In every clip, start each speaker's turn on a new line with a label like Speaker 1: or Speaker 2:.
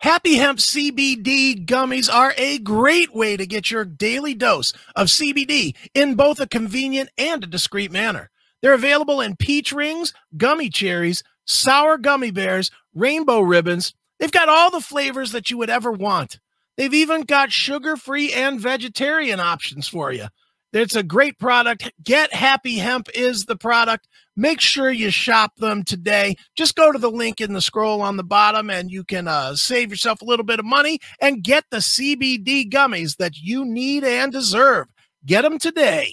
Speaker 1: Happy Hemp CBD gummies are a great way to get your daily dose of CBD in both a convenient and a discreet manner. They're available in peach rings, gummy cherries, sour gummy bears, rainbow ribbons. They've got all the flavors that you would ever want. They've even got sugar free and vegetarian options for you. It's a great product. Get Happy Hemp is the product. Make sure you shop them today. Just go to the link in the scroll on the bottom and you can uh, save yourself a little bit of money and get the CBD gummies that you need and deserve. Get them today.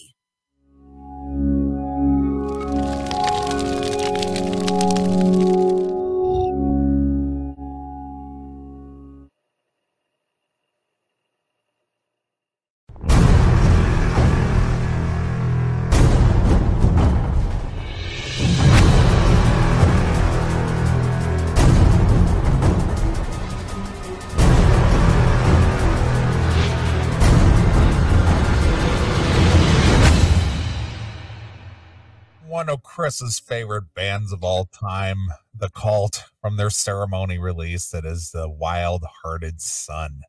Speaker 2: one of Chris's favorite bands of all time, The Cult, from their ceremony release that is The Wild Hearted Son.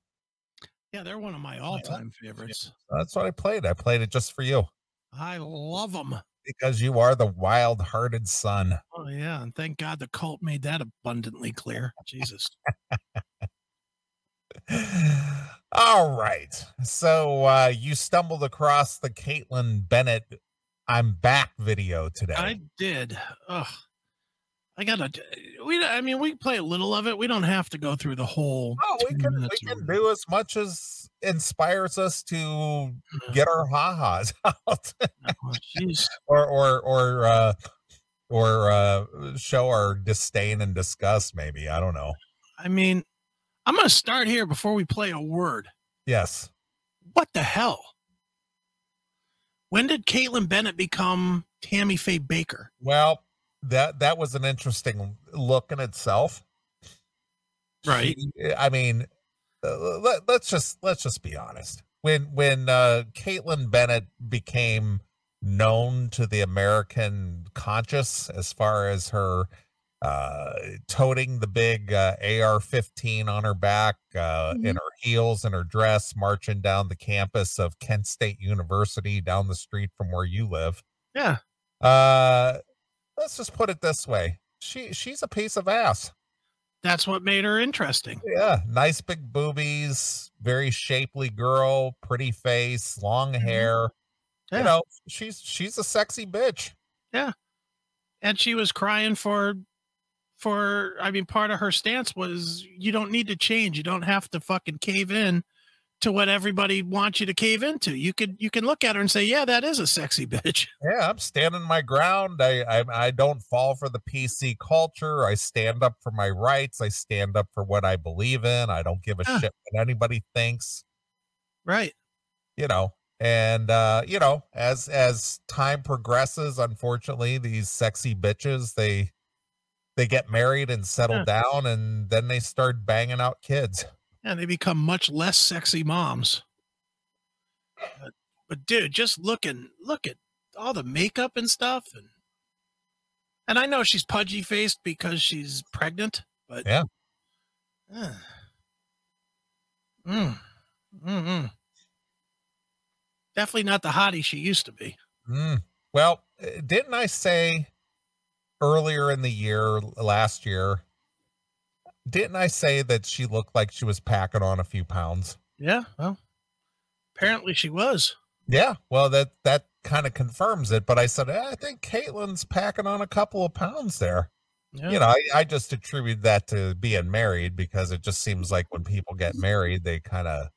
Speaker 1: Yeah, they're one of my all time favorites.
Speaker 2: That's what I played. I played it just for you
Speaker 1: I love them.
Speaker 2: because you are the wild hearted son.
Speaker 1: Oh, yeah. And thank God the cult made that abundantly clear. Jesus.
Speaker 2: All right. So uh, you stumbled across the Caitlin Bennett I'm back video today.
Speaker 1: I did. Ugh. I gotta. We. I mean, we play a little of it. We don't have to go through the whole.
Speaker 2: oh, we
Speaker 1: 10
Speaker 2: can
Speaker 1: minutes or
Speaker 2: we can
Speaker 1: whatever.
Speaker 2: do as much as inspires us to get our ha-has out.
Speaker 1: Oh, jeez.
Speaker 2: or or or uh or uh show our disdain and disgust maybe i don't know
Speaker 1: I mean, I'm gonna start here before we play a word.
Speaker 2: yes
Speaker 1: What the hell? When did Caitlyn Bennett become Tammy Faye Baker?
Speaker 2: well that that was an interesting look in itself
Speaker 1: Right.
Speaker 2: She- i mean uh, let, let's just let's just be honest when when uh caitlin bennett became known to the american conscious as far as her uh toting the big uh, ar-15 on her back uh in
Speaker 1: Mm-hmm.
Speaker 2: her heels and her dress marching down the campus of kent state university down the street from where you live
Speaker 1: Yeah.
Speaker 2: uh let's just put it this way she she's a piece of ass
Speaker 1: That's what made her interesting.
Speaker 2: yeah nice big boobies very shapely girl pretty face long hair
Speaker 1: Mm-hmm. Yeah.
Speaker 2: you know she's she's a sexy bitch
Speaker 1: And she was crying for, for. I mean, part of her stance was you don't need to change. You don't have to fucking cave in to what everybody wants you to cave into. You could you can look at her and say, yeah, that is a sexy bitch.
Speaker 2: yeah i'm standing my ground I, I i don't fall for the pc culture i stand up for my rights i stand up for what i believe in i don't give a
Speaker 1: Yeah.
Speaker 2: shit what anybody thinks
Speaker 1: Right.
Speaker 2: you know and uh you know as as time progresses unfortunately these sexy bitches they they get married and settle
Speaker 1: Yeah.
Speaker 2: down and then they start banging out kids
Speaker 1: and they become much less sexy moms. But, but dude, just looking, look at all the makeup and stuff, and and I know she's pudgy faced because she's pregnant, but
Speaker 2: Yeah.
Speaker 1: Ugh. Mm. Mm-mm. Definitely not the hottie she used to be.
Speaker 2: Mm. Well, eh, didn't I say earlier in the year, l- last year, didn't I say that she looked like she was packing on a few pounds?
Speaker 1: Yeah, well, apparently she was.
Speaker 2: Yeah. Well, that that kind of confirms it. But I said "Eh, I think Caitlin's packing on a couple of pounds there.
Speaker 1: Yeah.
Speaker 2: You know, I, I just attribute that to being married because it just seems like when people get married, they kind of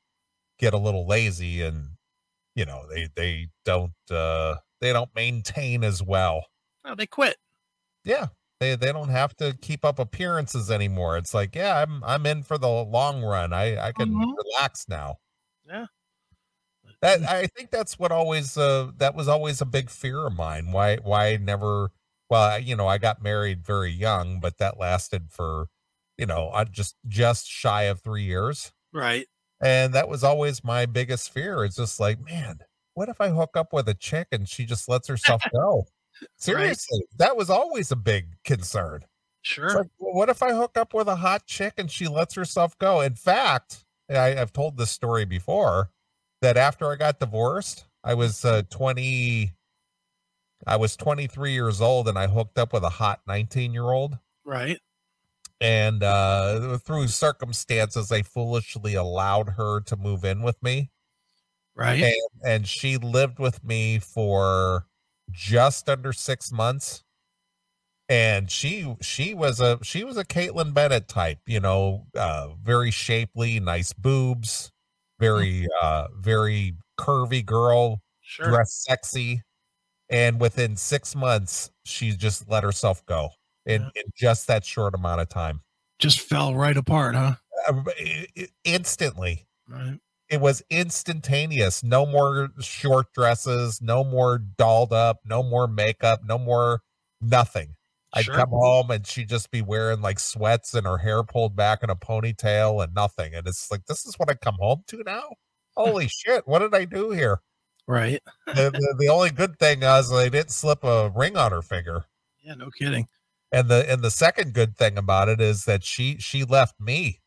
Speaker 2: get a little lazy and you know they they don't uh they don't maintain as well.
Speaker 1: Oh, they quit.
Speaker 2: yeah they they don't have to keep up appearances anymore it's like yeah i'm i'm in for the long run i i can
Speaker 1: Mhm.
Speaker 2: relax now
Speaker 1: Yeah.
Speaker 2: that i think that's what always uh that was always a big fear of mine why why I never well I- you know i got married very young but that lasted for you know i just just shy of three years
Speaker 1: Right.
Speaker 2: and that was always my biggest fear it's just like man what if i hook up with a chick and she just lets herself go seriously that was always a big concern It's
Speaker 1: Sure.
Speaker 2: like, well, what if I hook up with a hot chick and she lets herself go? In fact, I, I've told this story before that after I got divorced, I was uh, 20, I was 23 years old and I hooked up with a hot 19 year old.
Speaker 1: Right.
Speaker 2: And uh, through circumstances, I foolishly allowed her to move in with me
Speaker 1: Right.
Speaker 2: and, and she lived with me for just under six months and she she was a she was a caitlin bennett type you know uh very shapely nice boobs very uh very curvy girl
Speaker 1: Sure.
Speaker 2: dressed sexy and within six months she just let herself go in, in just that short amount of time
Speaker 1: Just fell right apart, huh?
Speaker 2: Uh, i- i- instantly
Speaker 1: Right.
Speaker 2: it was instantaneous. No more short dresses, no more dolled up, no more makeup, no more nothing. I'd
Speaker 1: Sure.
Speaker 2: come home and she'd just be wearing like sweats and her hair pulled back in a ponytail and nothing. And it's like, this is what I come home to now? Holy shit, what did I do here?
Speaker 1: Right.
Speaker 2: The, the, the only good thing was they didn't slip a ring on her finger.
Speaker 1: Yeah. No kidding.
Speaker 2: And the and the second good thing about it is that she she left me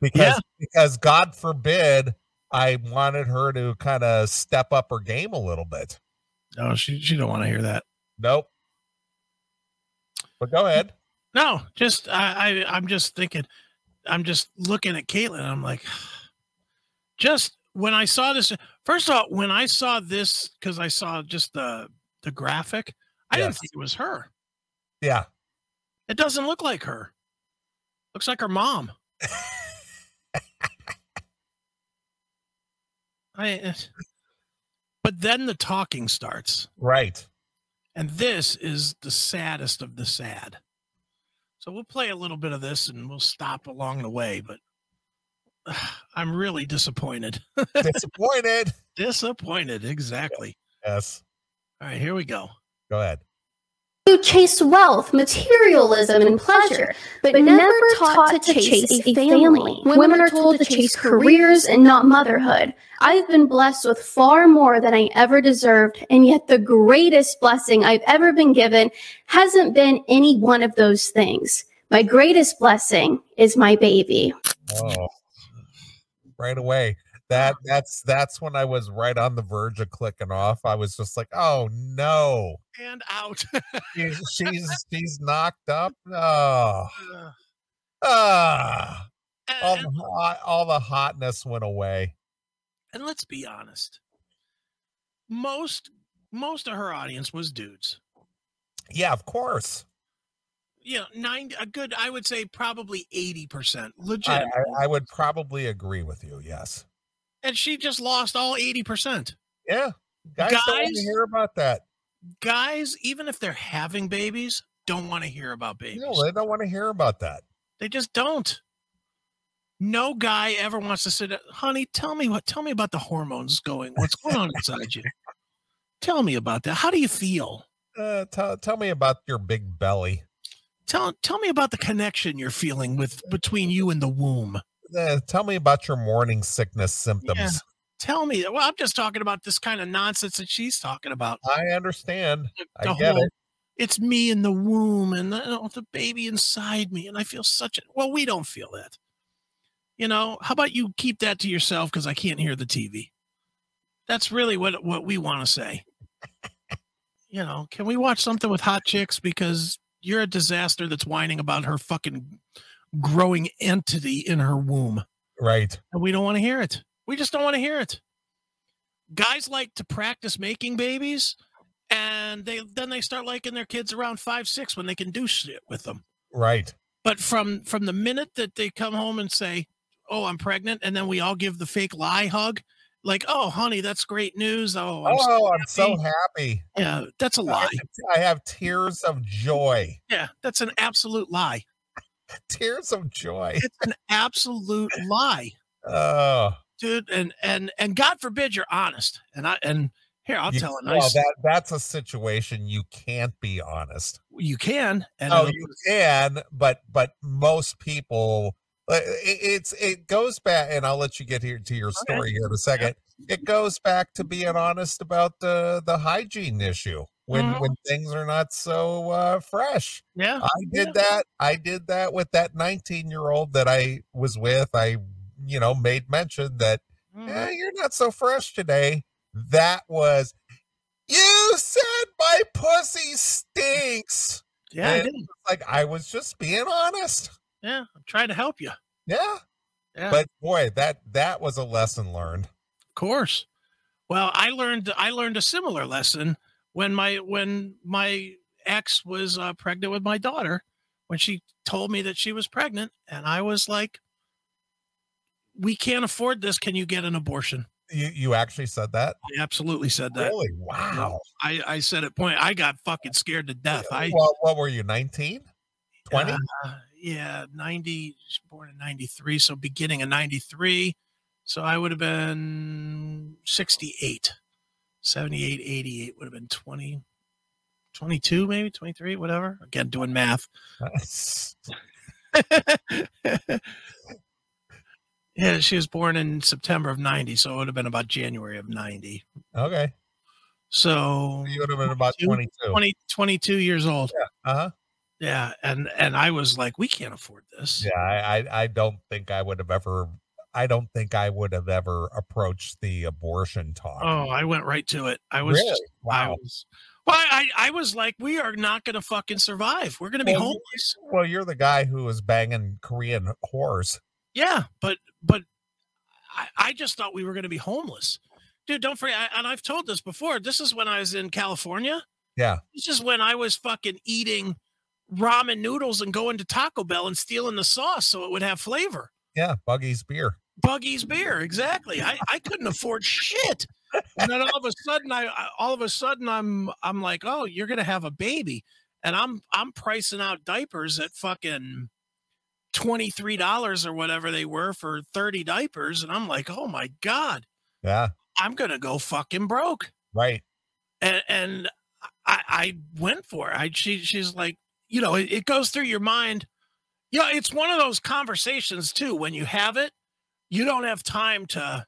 Speaker 2: because
Speaker 1: Yeah.
Speaker 2: because God forbid I wanted her to kind of step up her game a little bit.
Speaker 1: No, she she don't want to hear that.
Speaker 2: Nope. But go ahead.
Speaker 1: No, just I, I I'm just thinking, I'm just looking at Caitlin. And I'm like, just when I saw this, first of all, when I saw this, because I saw just the the graphic, I didn't
Speaker 2: Yes.
Speaker 1: think it was her.
Speaker 2: Yeah.
Speaker 1: It doesn't look like her. Looks like her mom. I. eh, But then the talking starts.
Speaker 2: Right.
Speaker 1: And this is the saddest of the sad. So we'll play a little bit of this and we'll stop along the way, but I'm really disappointed.
Speaker 2: Disappointed.
Speaker 1: Disappointed, exactly.
Speaker 2: yes.
Speaker 1: All right, here we go.
Speaker 2: Go ahead.
Speaker 3: who chased wealth, materialism, and pleasure, but never taught to chase a family. Women are told to chase careers and not motherhood. I've been blessed with far more than I ever deserved, and yet the greatest blessing I've ever been given hasn't been any one of those things. My greatest blessing is my baby.
Speaker 2: Oh. Right away. That that's that's when I was right on the verge of clicking off. I was just like, oh no.
Speaker 1: And out.
Speaker 2: She's she's she's knocked up. Oh.
Speaker 1: Uh,
Speaker 2: Ah. all
Speaker 1: and,
Speaker 2: the, hot- all the hotness went away.
Speaker 1: and let's be honest. Most most of her audience was dudes.
Speaker 2: Yeah, of course.
Speaker 1: You know, nine a good I would say probably 80% legit.
Speaker 2: I, I, I would probably agree with you. Yes.
Speaker 1: and she just lost all 80%.
Speaker 2: Yeah. Guys, don't want to
Speaker 1: Guys?
Speaker 2: hear about that.
Speaker 1: guys, even if they're having babies, don't want to hear about babies.
Speaker 2: No, they don't want to hear about that.
Speaker 1: They just don't. No guy ever wants to sit. down, Honey, tell me what. Tell me about the hormones going. What's going on inside you? Tell me about that. How do you feel?
Speaker 2: Uh, tell tell me about your big belly.
Speaker 1: Tell tell me about the connection you're feeling with between you and the womb.
Speaker 2: Uh, tell me about your morning sickness symptoms.
Speaker 1: Tell me. Well, I'm just talking about this kind of nonsense that she's talking about.
Speaker 2: I understand.
Speaker 1: the-
Speaker 2: I
Speaker 1: the
Speaker 2: get it.
Speaker 1: whole, It's me in the womb and the, oh, the baby inside me, and I feel such a well. We don't feel that. You know, how about you keep that to yourself because I can't hear the TV. That's really what what we want to say. you know, can we watch something with hot chicks because you're a disaster that's whining about her fucking growing entity in her womb,
Speaker 2: Right.
Speaker 1: and we don't want to hear it. We just don't want to hear it. Guys like to practice making babies and they then they start liking their kids around five six when they can do shit with them
Speaker 2: Right.
Speaker 1: but from from the minute that they come home and say oh i'm pregnant and then we all give the fake lie hug like oh honey that's great news oh I'm so
Speaker 2: oh, I'm so happy.
Speaker 1: yeah that's a
Speaker 2: I
Speaker 1: lie
Speaker 2: have- I have tears of joy.
Speaker 1: yeah that's an absolute lie
Speaker 2: Tears of joy.
Speaker 1: it's an absolute lie
Speaker 2: Oh.
Speaker 1: dude and and and god forbid you're honest and i and here i'll
Speaker 2: you-
Speaker 1: tell a
Speaker 2: well,
Speaker 1: nice
Speaker 2: that that's a situation you can't be honest.
Speaker 1: you can and
Speaker 2: oh
Speaker 1: it'll-
Speaker 2: you can but but most people uh, i- it's it goes back and i'll let you get here to your story here in a second it goes back to being honest about the the hygiene issue when
Speaker 1: Mhm.
Speaker 2: when things are not so uh, fresh.
Speaker 1: Yeah.
Speaker 2: I
Speaker 1: Yeah.
Speaker 2: did that. I did that with that 19 year old that I was with. I you know made mention that
Speaker 1: Mhm.
Speaker 2: eh, you're not so fresh today. That was you said my pussy stinks.
Speaker 1: Yeah, I
Speaker 2: Yeah.
Speaker 1: did.
Speaker 2: Like I was just being honest.
Speaker 1: Yeah, I'm trying to help you.
Speaker 2: Yeah.
Speaker 1: Yeah.
Speaker 2: But boy, that that was a lesson learned.
Speaker 1: Of course. Well, I learned I learned a similar lesson when my when my ex was uh, pregnant with my daughter when she told me that she was pregnant and I was like we can't afford this can you get an abortion
Speaker 2: You you actually said that?
Speaker 1: I absolutely said that
Speaker 2: really? Wow.
Speaker 1: I I said it point I got fucking scared to death I
Speaker 2: well, what were you, 19? 20?
Speaker 1: Uh, yeah, 90, she's born in 93. So beginning of 93. So I would have been 68, 78, 88 would have been 20, 22, maybe 23, whatever. Again, doing math. yeah, she was born in September of 90. So it would have been about January of 90.
Speaker 2: okay.
Speaker 1: So
Speaker 2: You would have been about 22.
Speaker 1: 22. 20, 22 years old.
Speaker 2: Uh-huh.
Speaker 1: Yeah. And, and I was like, we can't afford this.
Speaker 2: Yeah, I, I I don't think I would have ever I don't think I would have ever approached the abortion talk.
Speaker 1: Oh, I went right to it. I was
Speaker 2: really?
Speaker 1: just I
Speaker 2: wow.
Speaker 1: was, well, I, I was like, we are not going to fucking survive. We're going to be
Speaker 2: Well, you-
Speaker 1: homeless.
Speaker 2: Well, you're the guy who was banging Korean whores.
Speaker 1: Yeah, but but I, I just thought we were going to be homeless, dude. Don't forget, I, and I've told this before. This is when I was in California.
Speaker 2: Yeah.
Speaker 1: This is when I was fucking eating ramen noodles and going to Taco Bell and stealing the sauce so it would have flavor.
Speaker 2: Yeah, Buggy's beer.
Speaker 1: Buggy's beer, exactly. I, I couldn't afford shit. And then all of a sudden, I I- all of a sudden I'm I'm like, oh, you're gonna have a baby, and I'm I'm pricing out diapers at fucking twenty three dollars or whatever they were for thirty diapers, and I'm like, oh my god,
Speaker 2: Yeah,
Speaker 1: I'm gonna go fucking broke.
Speaker 2: right.
Speaker 1: And and I I went for it. I she she's like, you know, it, it goes through your mind. Yeah, it's one of those conversations too. When you have it, you don't have time to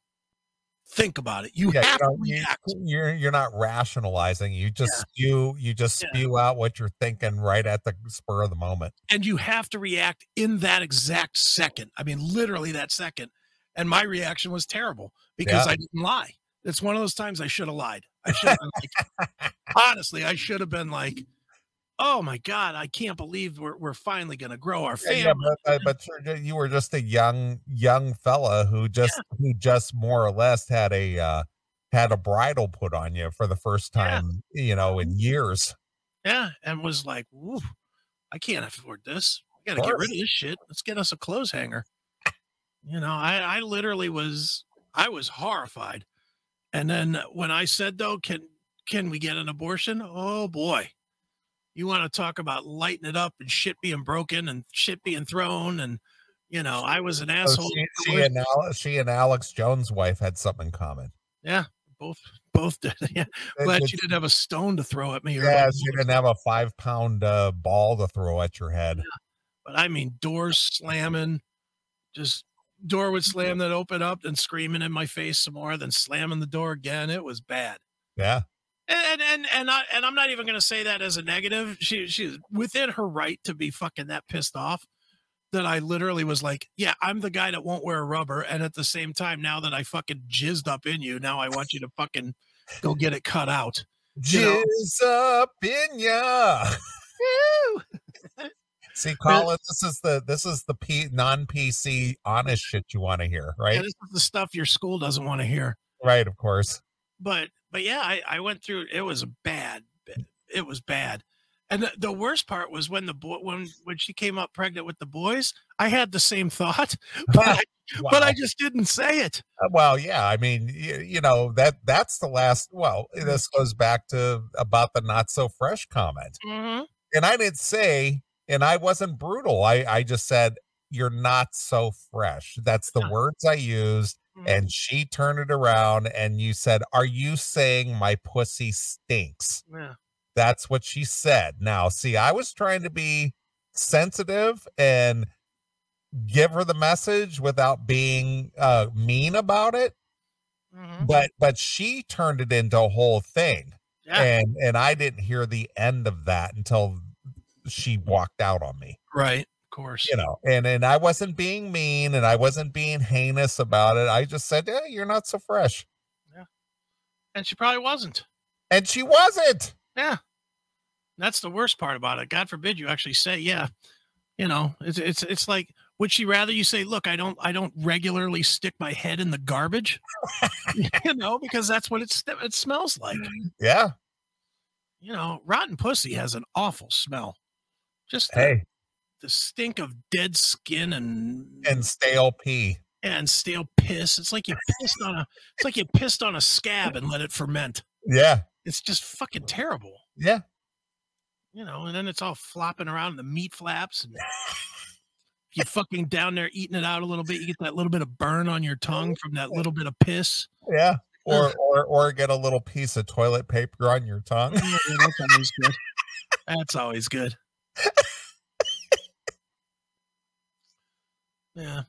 Speaker 1: think about it. You
Speaker 2: Yeah,
Speaker 1: have
Speaker 2: you
Speaker 1: to
Speaker 2: don't- you-
Speaker 1: react.
Speaker 2: You're you're not rationalizing. You just spew you just
Speaker 1: Yeah.
Speaker 2: spew out what you're thinking right at the spur of the moment.
Speaker 1: and you have to react in that exact second. I mean, literally that second. And my reaction was terrible because
Speaker 2: Yeah.
Speaker 1: I didn't lie. It's one of those times I should have lied. I should have been like, honestly, I should have been like, oh my God, I can't believe we're, we're finally going to grow our family.
Speaker 2: Yeah, yeah, but, but, but you're ju- you were just a young young fella who just who just more or less had a uh, had a bridle put on you for the first
Speaker 1: Yeah. Mm-hmm.
Speaker 2: time, you know, in years.
Speaker 1: Yeah, and was like, "Woo, I can't afford this. I gotta
Speaker 2: Of
Speaker 1: get
Speaker 2: course.
Speaker 1: rid of this shit. Let's get us a clothes hanger." You know, I I literally was I was horrified. And then when I said though, can can we get an abortion? Oh boy. You want to talk about lighting it up and shit being broken and shit being thrown and you know, I was an
Speaker 2: So
Speaker 1: asshole.
Speaker 2: she,
Speaker 1: to
Speaker 2: she
Speaker 1: Doris.
Speaker 2: and Al- she and Alex Jones' wife had something in common.
Speaker 1: both both did. Yeah.
Speaker 2: It-
Speaker 1: Glad
Speaker 2: it-
Speaker 1: she didn't have a stone to throw at me. or
Speaker 2: yeah,
Speaker 1: my
Speaker 2: she
Speaker 1: doors.
Speaker 2: didn't have a five pound uh, ball to throw at your head.
Speaker 1: but I mean doors slamming, just door would slam that open up and screaming in my face some more, then slamming the door again. It was bad.
Speaker 2: Yeah,
Speaker 1: And and and I and I'm not even gonna say that as a negative. She she's within her right to be fucking that pissed off that I literally was like, Yeah, I'm the guy that won't wear a rubber. And at the same time, now that I fucking jizzed up in you, now I want you to fucking go get it cut out. You know.
Speaker 2: jizz up in ya. See, Colin, this is the this is the P, non PC honest shit you want to hear, right?
Speaker 1: Yeah, this is the stuff your school doesn't want to hear.
Speaker 2: Right, of course.
Speaker 1: but but yeah i i went through it was a bad it was bad and the, the worst part was when the boy when when she came up pregnant with the boys i had the same thought but, I, but i
Speaker 2: Wow.
Speaker 1: just didn't say it
Speaker 2: Uh, well yeah i mean you, you know that that's the last well this goes back to about the not so fresh comment and i didn't say and i wasn't brutal i i just said you're not so fresh that's the
Speaker 1: Yeah.
Speaker 2: words i used and she turned it around and you said are you saying my pussy stinks
Speaker 1: yeah
Speaker 2: that's what she said now see i was trying to be sensitive and give her the message without being uh mean about it
Speaker 1: mhm.
Speaker 2: mm-hmm. but but she turned it into a whole thing
Speaker 1: Yeah.
Speaker 2: and and I didn't hear the end of that until she walked out on me.
Speaker 1: Right. Of course.
Speaker 2: You know, and and I wasn't being mean and I wasn't being heinous about it. I just said, "Yeah, you're not so fresh,"
Speaker 1: And she probably wasn't.
Speaker 2: and she wasn't.
Speaker 1: Yeah. That's the worst part about it. God forbid you actually say, yeah. You know, it's it's it's like, would she rather you say, look, I don't I don't regularly stick my head in the garbage? you know, because that's what it's it smells like.
Speaker 2: Yeah.
Speaker 1: You know, rotten pussy has an awful smell. Just the,
Speaker 2: Hey,
Speaker 1: the stink of dead skin and
Speaker 2: and stale pee.
Speaker 1: and stale piss. It's like you pissed on a it's like you pissed on a scab and let it ferment.
Speaker 2: Yeah.
Speaker 1: It's just fucking terrible.
Speaker 2: Yeah.
Speaker 1: you know, and then it's all flopping around in the meat flaps. And you fucking down there eating it out a little bit. You get that little bit of burn on your tongue from that little bit of piss.
Speaker 2: Yeah. Or, or or get a little piece of toilet paper on your tongue.
Speaker 1: Yeah, yeah, that's always good. That's always good. Yeah.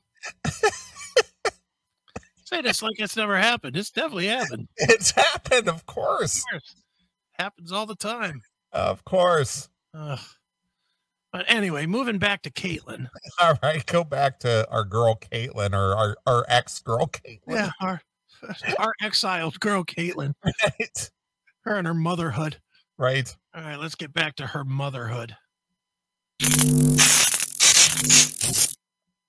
Speaker 1: Say this like it's never happened. It's definitely happened.
Speaker 2: It's happened, of course.
Speaker 1: Of course. Happens all the time.
Speaker 2: Of course.
Speaker 1: Ugh. But anyway, moving back to Caitlin.
Speaker 2: All right, go back to our girl Caitlin or our, our ex girl Caitlin.
Speaker 1: Yeah, our our exiled girl Caitlin.
Speaker 2: Right.
Speaker 1: her and her motherhood.
Speaker 2: Right.
Speaker 1: All right, let's get back to her motherhood.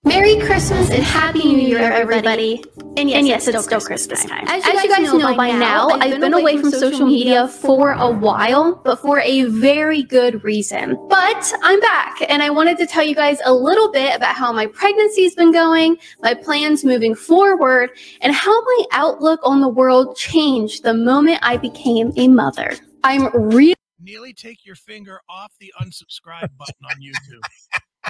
Speaker 3: Merry Christmas and Happy New Year, everybody.
Speaker 4: And yes,
Speaker 3: And yes, it's still Christmas time. As you guys know by now, I've been away from social media for a while, but for a very good reason. But I'm back, and I wanted to tell you guys a little bit about how my pregnancy's been going, my plans moving forward, and how my outlook on the world changed the moment I became a mother. I'm really
Speaker 1: Neely, take your finger off the unsubscribe button on YouTube.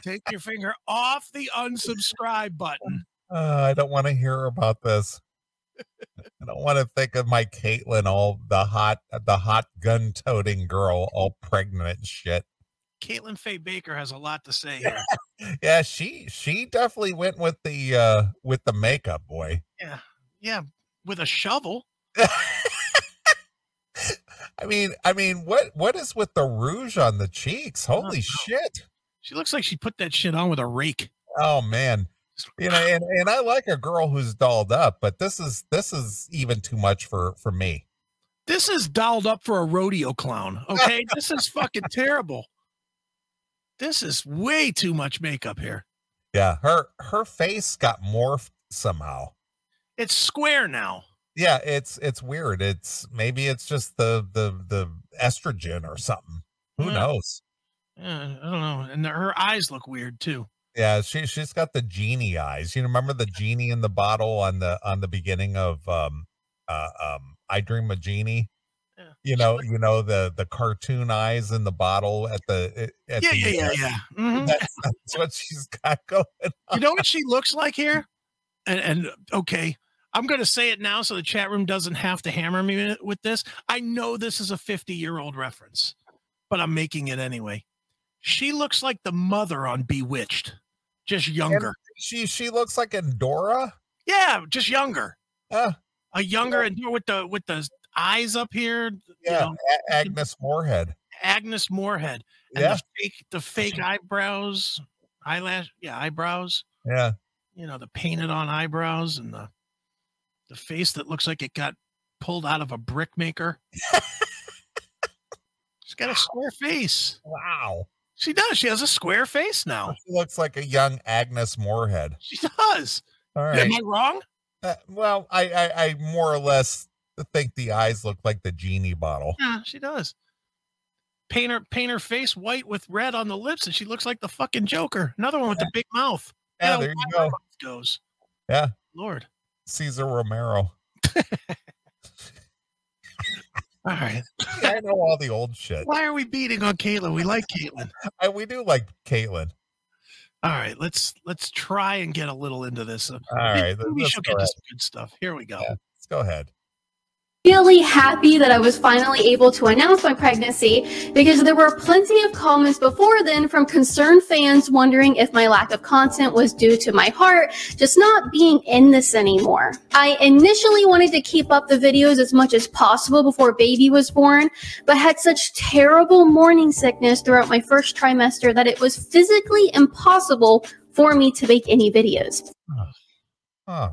Speaker 1: take your finger off the unsubscribe button.
Speaker 2: Uh, I don't want to hear about this. I don't want to think of my Caitlin, all the hot, the hot gun toting girl, all pregnant and shit.
Speaker 1: Caitlin Faye Baker has a lot to say here.
Speaker 2: Yeah, she she definitely went with the uh with the makeup boy.
Speaker 1: Yeah, with a shovel.
Speaker 2: I mean, I mean, what what is with the rouge on the cheeks? Holy shit!
Speaker 1: She looks like she put that shit on with a rake.
Speaker 2: Oh man, you know, and, and I like a girl who's dolled up, but this is this is even too much for for me.
Speaker 1: This is dolled up for a rodeo clown. Okay, this is fucking terrible. This is way too much makeup here.
Speaker 2: Yeah, her her face got morphed somehow.
Speaker 1: It's square now.
Speaker 2: Yeah, it's it's weird. It's maybe it's just the the the estrogen or something. Who
Speaker 1: Yeah.
Speaker 2: knows?
Speaker 1: Yeah, Uh, I don't know. And her eyes look weird too.
Speaker 2: Yeah, she she's got the genie eyes. You remember the genie in the bottle on the on the beginning of um uh um I Dream a Genie.
Speaker 1: Yeah.
Speaker 2: You know, you know the the cartoon eyes in the bottle at the it- at
Speaker 1: Yeah,
Speaker 2: the
Speaker 1: yeah, yeah,
Speaker 2: end.
Speaker 1: yeah. Mhm.
Speaker 2: That's, that's what she's got going.
Speaker 1: you know what she looks like here? And, and okay, I'm going to say it now so the chat room doesn't have to hammer me with- with this. I know this is a 50 year old reference, but I'm making it anyway. She looks like the mother on Bewitched, just younger.
Speaker 2: She she looks like Endora.
Speaker 1: yeah, just younger.
Speaker 2: Uh,
Speaker 1: A younger and with the with the eyes up here.
Speaker 2: yeah,
Speaker 1: You know,
Speaker 2: A- Agnes Moorhead.
Speaker 1: Agnes Moorhead and
Speaker 2: Yeah,
Speaker 1: the fake the fake eyebrows, eyelash, yeah, eyebrows.
Speaker 2: yeah.
Speaker 1: you know the painted on eyebrows and the the face that looks like it got pulled out of a brick maker she's got a square face
Speaker 2: Wow.
Speaker 1: she does she has a square face now
Speaker 2: She looks like a young Agnes Moorhead.
Speaker 1: she does
Speaker 2: All right.
Speaker 1: am i wrong
Speaker 2: Uh, well, I, I I more or less think the eyes look like the genie bottle.
Speaker 1: yeah she does paint her paint her face white with red on the lips and she looks like the fucking joker another one with the big mouth
Speaker 2: Yeah,
Speaker 1: Yeah,
Speaker 2: there you
Speaker 1: why
Speaker 2: go.
Speaker 1: mouth goes
Speaker 2: Yeah.
Speaker 1: lord
Speaker 2: Caesar Romero.
Speaker 1: all right
Speaker 2: Yeah, I know all the old shit.
Speaker 1: why are we beating on caitlin we like caitlin
Speaker 2: I, we do like Caitlin.
Speaker 1: all right let's let's try and get a little into this uh,
Speaker 2: All right, let-
Speaker 1: Maybe
Speaker 2: let's
Speaker 1: she'll
Speaker 2: go
Speaker 1: get to
Speaker 2: ahead.
Speaker 1: some good stuff. Here we go.
Speaker 2: Yeah. Let's go ahead.
Speaker 3: really happy that I was finally able to announce my pregnancy because there were plenty of comments before then from concerned fans wondering if my lack of content was due to my heart just not being in this anymore. I initially wanted to keep up the videos as much as possible before baby was born, but had such terrible morning sickness throughout my first trimester that it was physically impossible for me to make any videos.
Speaker 2: Huh.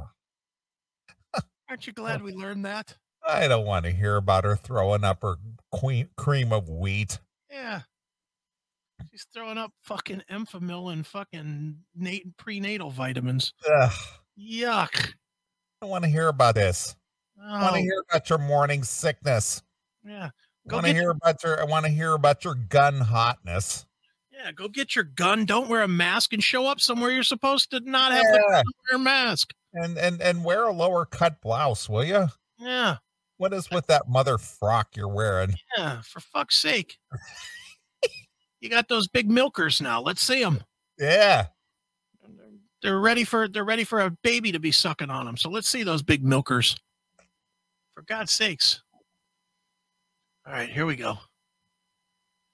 Speaker 1: Aren't you glad we learned that?
Speaker 2: I don't want to hear about her throwing up her queen cream of wheat.
Speaker 1: Yeah. She's throwing up fucking Enfamil and fucking nat- prenatal vitamins.
Speaker 2: Ugh,
Speaker 1: Yuck.
Speaker 2: I don't want to hear about this. I want
Speaker 1: Oh,
Speaker 2: to hear about your morning sickness.
Speaker 1: yeah.
Speaker 2: I
Speaker 1: Go
Speaker 2: want to
Speaker 1: get
Speaker 2: hear about your I want to hear about your gun hotness.
Speaker 1: yeah, go get your gun. Don't wear a mask and show up somewhere you're supposed to not have to
Speaker 2: Yeah.
Speaker 1: wear a mask.
Speaker 2: And and and wear a lower cut blouse, will you?
Speaker 1: Yeah.
Speaker 2: What is with that mother frock you're wearing?
Speaker 1: Yeah. For fuck's sake. you got those big milkers now. Let's see them.
Speaker 2: Yeah.
Speaker 1: They're ready for they're ready for a baby to be sucking on them. So let's see those big milkers. For God's sakes. All right, here we go.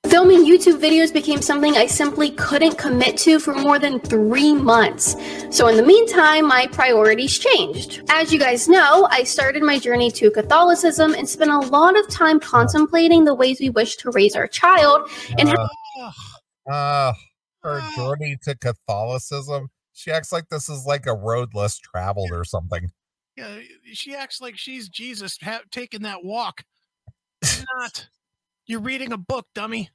Speaker 3: Filming YouTube videos became something I simply couldn't commit to for more than three months. So, in the meantime, my priorities changed. As you guys know, I started my journey to Catholicism and spent a lot of time contemplating the ways we wish to raise our child. And how-
Speaker 1: Oh,
Speaker 2: Uh, her
Speaker 1: Oh.
Speaker 2: journey to Catholicism. She acts like this is like a road less traveled or something.
Speaker 1: yeah, she acts like she's Jesus ha- taking that walk. You're Not. You're reading a book, dummy.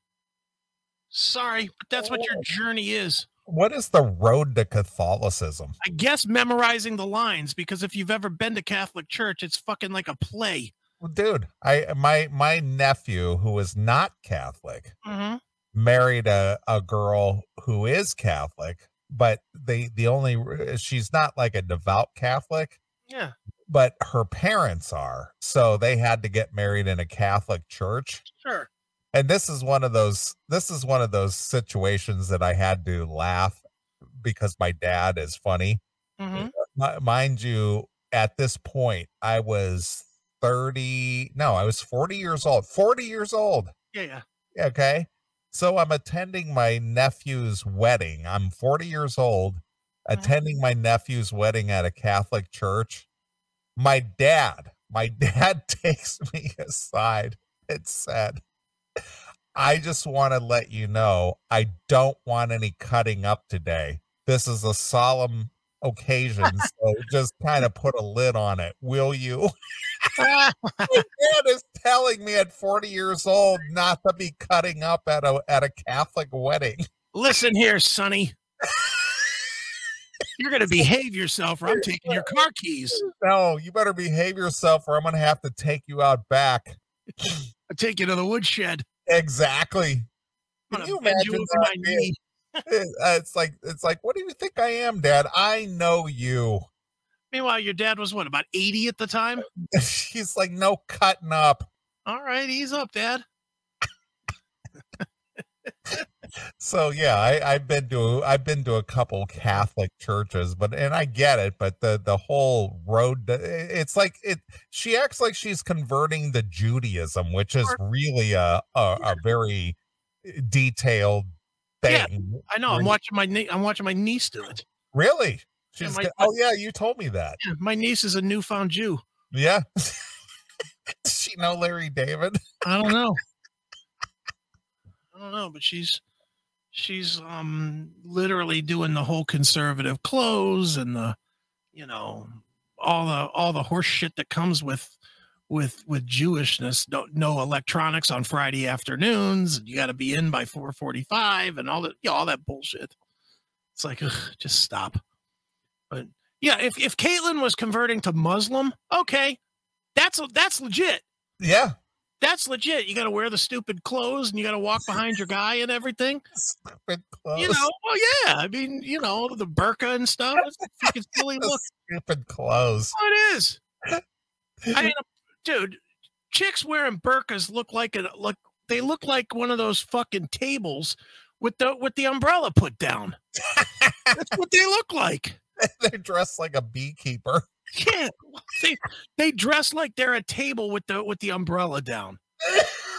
Speaker 1: Sorry, but that's what your journey is.
Speaker 2: What is the road to Catholicism?
Speaker 1: I guess memorizing the lines because if you've ever been to Catholic church, it's fucking like a play.
Speaker 2: Well, Dude, I my my nephew who is not Catholic
Speaker 1: Mm-hmm.
Speaker 2: married a, a girl who is Catholic, but they the only r- she's not like a devout Catholic,
Speaker 1: Yeah.
Speaker 2: but her parents are. So they had to get married in a Catholic church.
Speaker 1: Sure.
Speaker 2: and this is one of those this is one of those situations that i had to laugh because my dad is funny
Speaker 1: Mm-hmm.
Speaker 2: Mi- mind you at this point i was 30 no i was 40 years old 40 years old
Speaker 1: Yeah. Yeah.
Speaker 2: okay so i'm attending my nephew's wedding i'm 40 years old attending my nephew's wedding at a catholic church my dad my dad takes me aside and said i just want to let you know i don't want any cutting up today this is a solemn occasion so just kind of put a lid on it will you
Speaker 1: Ah,
Speaker 2: dad is telling me at 40 years old not to be cutting up at a at a Catholic wedding.
Speaker 1: listen here, Sonny. You're gonna behave yourself, or I'm taking your car keys.
Speaker 2: No, you better behave yourself or I'm gonna have to take you out back.
Speaker 1: I'll take you to the woodshed.
Speaker 2: Exactly.
Speaker 1: I'm
Speaker 2: Can
Speaker 1: gonna
Speaker 2: you
Speaker 1: bend you
Speaker 2: imagine
Speaker 1: over
Speaker 2: that
Speaker 1: my
Speaker 2: being-
Speaker 1: knee.
Speaker 2: It- uh, It's like it's like, what do you think I am, Dad? I know you.
Speaker 1: Meanwhile, your dad was what about 80 at the time?
Speaker 2: She's like, no cutting up.
Speaker 1: All right, ease up, dad.
Speaker 2: So yeah, I, I've been to I've been to a couple Catholic churches, but and I get it, but the the whole road to- i- it's like it she acts like she's converting to Judaism, which is
Speaker 1: Sure.
Speaker 2: really a a, a very eh, detailed
Speaker 1: Yeah,
Speaker 2: thing.
Speaker 1: I know. I'm
Speaker 2: Really-
Speaker 1: watching my nie- I'm watching my niece do it.
Speaker 2: Really?
Speaker 1: Yeah,
Speaker 2: She's
Speaker 1: my-
Speaker 2: go- oh yeah, you told me that.
Speaker 1: Yeah, my niece is a newfound Jew.
Speaker 2: Yeah. Does she know Larry David?
Speaker 1: I don't know. I don't know, but she's she's um literally doing the whole conservative clothes and the you know all the all the horse shit that comes with with with Jewishness. No, no electronics on Friday afternoons. You got to be in by four forty five and all that. Yeah, all that bullshit. It's like ugh, just stop. But yeah, if if Caitlyn was converting to Muslim, okay, that's that's legit
Speaker 2: Yeah.
Speaker 1: that's legit. You got to wear the stupid clothes and you got to walk behind your guy and everything.
Speaker 2: Stupid
Speaker 1: You
Speaker 2: clothes.
Speaker 1: know, well, yeah. I mean, you know, the burqa and stuff. It's a fucking silly
Speaker 2: The
Speaker 1: look.
Speaker 2: Stupid clothes.
Speaker 1: Oh, it is. I mean, dude, chicks wearing burqas look like a look. They look like one of those fucking tables with the with the umbrella put down. That's what they look like.
Speaker 2: They're dressed like a beekeeper.
Speaker 1: Yeah, they, they dress like they're a table with the with the umbrella down.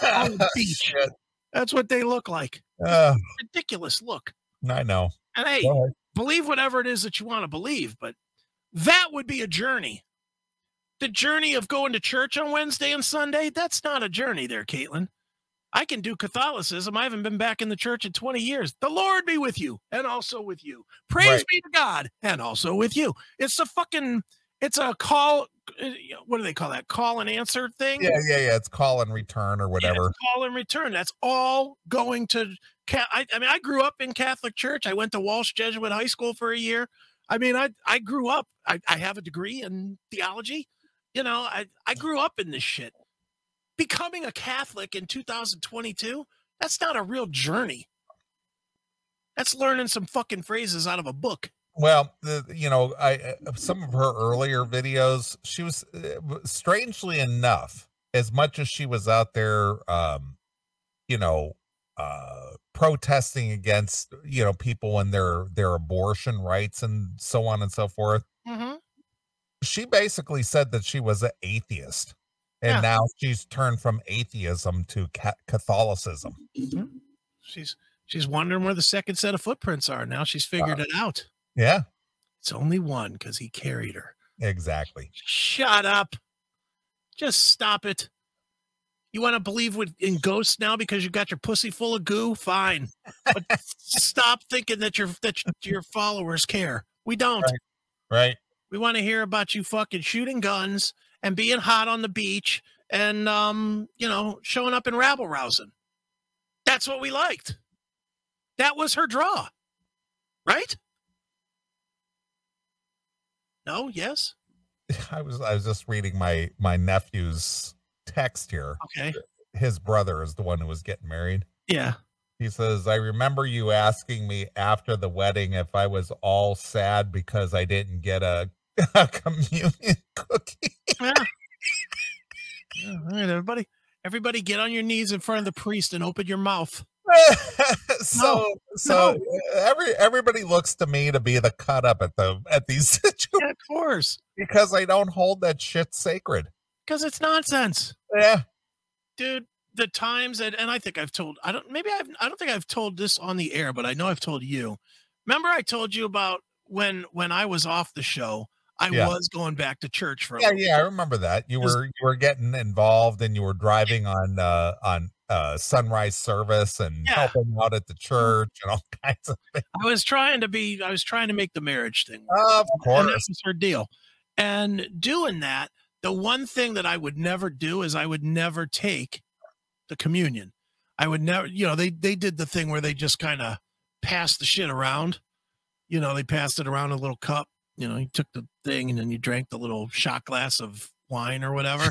Speaker 1: On the beach.
Speaker 2: Shit.
Speaker 1: That's what they look like.
Speaker 2: Uh,
Speaker 1: Ridiculous look.
Speaker 2: I know.
Speaker 1: And hey,
Speaker 2: Go ahead.
Speaker 1: believe whatever it is that you want to believe, but that would be a journey. The journey of going to church on Wednesday and Sunday, that's not a journey there, Caitlin. I can do Catholicism. I haven't been back in the church in 20 years. The Lord be with you and also with you. Praise
Speaker 2: Right.
Speaker 1: be to God and also with you. It's a fucking, it's a call. uh, What do they call that? Call and answer thing?
Speaker 2: Yeah, yeah, yeah. It's call and return or
Speaker 1: Yeah,
Speaker 2: whatever.
Speaker 1: call and return. That's all going to. Ca- I, I mean, I grew up in Catholic church. I went to Walsh Jesuit High School for a year. I mean, I I grew up. I, I have a degree in theology. You know, I I grew up in this shit. Becoming a Catholic in 2022, that's not a real journey. That's learning some fucking phrases out of a book.
Speaker 2: Well, the, you know, I uh, some of her earlier videos, she was uh, w- strangely enough, as much as she was out there, um, you know, uh, protesting against you know people and their their abortion rights and so on and so forth.
Speaker 1: Mm-hmm.
Speaker 2: She basically said that she was an atheist, and
Speaker 1: Yeah.
Speaker 2: now she's turned from atheism to ca- Catholicism.
Speaker 1: She's she's wondering where the second set of footprints are now. She's figured it out.
Speaker 2: Yeah,
Speaker 1: It's only one because he carried her.
Speaker 2: exactly.
Speaker 1: Shut up. Just stop it. You want to believe with, in ghosts now because you got your pussy full of goo? Fine. But stop thinking that your that your followers care. We don't.
Speaker 2: Right. Right.
Speaker 1: We want to hear about you fucking shooting guns and being hot on the beach and um, you know, showing up and rabble rousing. That's what we liked. That was her draw. Right? No, yes.
Speaker 2: I was I was just reading my my nephew's text here.
Speaker 1: Okay.
Speaker 2: his brother is the one who was getting married.
Speaker 1: Yeah.
Speaker 2: He says, I remember you asking me after the wedding if I was all sad because I didn't get a, a communion cookie.
Speaker 1: Yeah, all right, everybody. Everybody get on your knees in front of the priest and open your mouth.
Speaker 2: so so every everybody looks to me to be the cut up at the at these situations
Speaker 1: Yeah, of course.
Speaker 2: because I don't hold that shit sacred. Eh,
Speaker 1: Because it's nonsense.
Speaker 2: Yeah.
Speaker 1: Dude, the times and, and I think I've told I don't maybe I've I don't think I've told this on the air, but I know I've told you. Remember I told you about when when I was off the show, I
Speaker 2: Yeah.
Speaker 1: was going back to church for a
Speaker 2: Yeah,
Speaker 1: little-
Speaker 2: yeah, I remember that. You
Speaker 1: Just-
Speaker 2: were you were getting involved and you were driving on uh on uh sunrise service and
Speaker 1: Yeah. Mm-hmm.
Speaker 2: helping out at the church and all kinds of things.
Speaker 1: I was trying to be I was trying to make the marriage thing work.
Speaker 2: Of
Speaker 1: and that
Speaker 2: course.
Speaker 1: was her deal. And doing that, the one thing that I would never do is I would never take the communion. I would never, you know, they they did the thing where they just kind of passed the shit around. You know, they passed it around in a little cup. You know, you took the thing and then you drank the little shot glass of wine or whatever.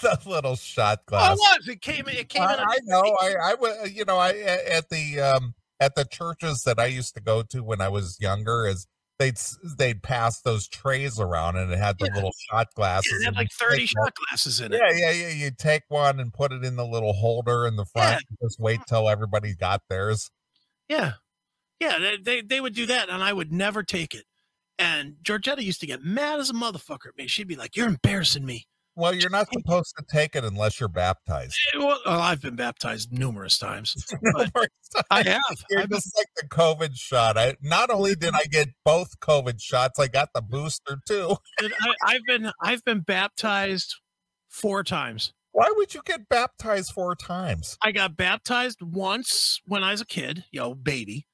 Speaker 2: the little shot
Speaker 1: oh,
Speaker 2: glass.
Speaker 1: it was. It came. It came
Speaker 2: I,
Speaker 1: in. a-
Speaker 2: I know. I I wa- you know, I a- at the um at the churches that I used to go to when I was younger is they'd s- they'd pass those trays around and it had the
Speaker 1: Yeah.
Speaker 2: little shot glasses.
Speaker 1: it had
Speaker 2: and
Speaker 1: like
Speaker 2: you'd
Speaker 1: thirty
Speaker 2: take
Speaker 1: shot glasses in
Speaker 2: one-
Speaker 1: it.
Speaker 2: Yeah, yeah, yeah. You take one and put it in the little holder in the front. and Just wait till everybody got theirs.
Speaker 1: Yeah. Yeah. They, they, they would do that, and I would never take it. And Georgetta used to get mad as a motherfucker at me. She'd be like, You're embarrassing me.
Speaker 2: Well, you're not
Speaker 1: Thank
Speaker 2: supposed to take it unless you're baptized.
Speaker 1: Eh, Well, well, I've been baptized numerous times. But I have.
Speaker 2: You're
Speaker 1: I've been-
Speaker 2: just like the COVID shot. I not only did I get both COVID shots, I got the booster too.
Speaker 1: I, I've been I've been baptized four times.
Speaker 2: Why would you get baptized four times?
Speaker 1: I got baptized once when I was a kid, yo, baby.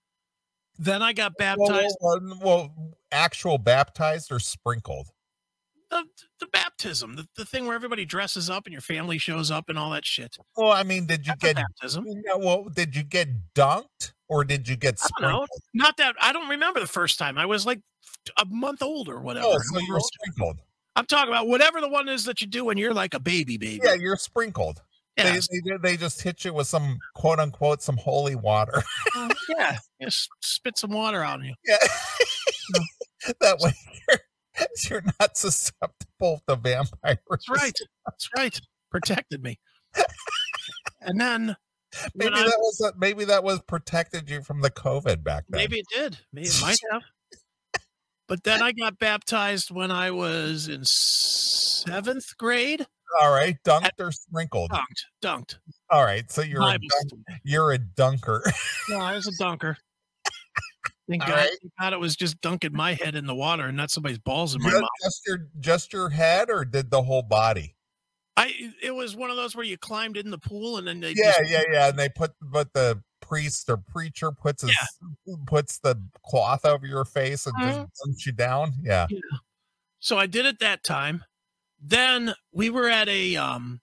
Speaker 1: Then I got
Speaker 2: Well,
Speaker 1: baptized
Speaker 2: Well, well, well, actual baptized or sprinkled? Oh.
Speaker 1: the, the baptism, the, the thing where everybody dresses up and your family shows up and all that shit.
Speaker 2: Well, I mean, did you
Speaker 1: That's a
Speaker 2: get
Speaker 1: baptism.
Speaker 2: yeah, well, did you get dunked or did you get
Speaker 1: I don't know.
Speaker 2: sprinkled?
Speaker 1: Not that I don't remember the first time. I was like a month old or whatever.
Speaker 2: Oh, so
Speaker 1: However
Speaker 2: you're
Speaker 1: old-
Speaker 2: sprinkled.
Speaker 1: I'm talking about whatever the one is that you do when you're like a baby, baby.
Speaker 2: Yeah, you're sprinkled.
Speaker 1: yeah,
Speaker 2: They, they, they just hit you with some quote unquote some holy water.
Speaker 1: uh, yeah. Just spit some water on you.
Speaker 2: Yeah.
Speaker 1: No.
Speaker 2: that way you're, you're not susceptible to vampires.
Speaker 1: That's right. That's right. Protected me. And then
Speaker 2: Maybe
Speaker 1: when I-
Speaker 2: that was maybe that was protected you from the COVID back then.
Speaker 1: maybe it did. Maybe it might have. But then I got baptized when I was in seventh grade.
Speaker 2: All right, dunked or sprinkled.
Speaker 1: Dunked, dunked.
Speaker 2: All right, so you're a
Speaker 1: Bible
Speaker 2: dunk,
Speaker 1: student.
Speaker 2: you're a dunker.
Speaker 1: No, I was a dunker. Thank
Speaker 2: All
Speaker 1: God,
Speaker 2: right.
Speaker 1: thank God it was just dunking my head in the water and not somebody's balls in my
Speaker 2: just,
Speaker 1: mouth.
Speaker 2: just your just your head, or did the whole body?
Speaker 1: I it was one of those where you climbed in the pool and then they
Speaker 2: Yeah,
Speaker 1: just,
Speaker 2: yeah, yeah. And they put but the priest or preacher puts his puts the cloth over your face and
Speaker 1: Mhm.
Speaker 2: just dumps you down. Yeah.
Speaker 1: so I did it that time. Then we were at a um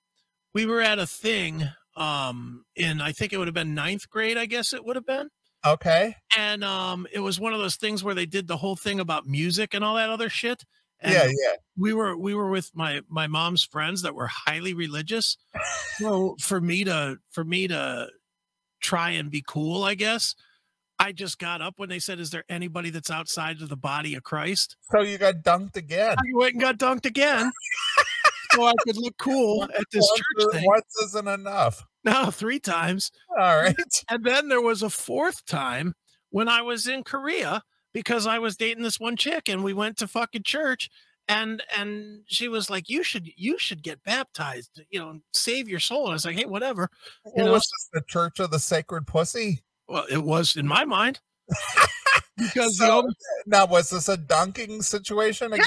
Speaker 1: we were at a thing um in I think it would have been ninth grade, I guess it would have been.
Speaker 2: Okay.
Speaker 1: And um it was one of those things where they did the whole thing about music and all that other shit. And
Speaker 2: yeah, yeah.
Speaker 1: we were we were with my my mom's friends that were highly religious. So for me to for me to try and be cool, I guess. I just got up when they said, "Is there anybody that's outside of the body of Christ?"
Speaker 2: So you got dunked again.
Speaker 1: I went and got dunked again, so I could look cool at this
Speaker 2: Once,
Speaker 1: church thing.
Speaker 2: once isn't enough.
Speaker 1: No, three times,
Speaker 2: All right.
Speaker 1: and then there was a fourth time when I was in Korea because I was dating this one chick, and we went to fucking church, and and she was like, "You should you should get baptized, you know, and save your soul." And I was like, "Hey, whatever." You
Speaker 2: Well,
Speaker 1: know?
Speaker 2: was this the Church of the Sacred Pussy?
Speaker 1: Well, it was in my mind because the
Speaker 2: So-
Speaker 1: only-
Speaker 2: Now, was this a dunking situation again?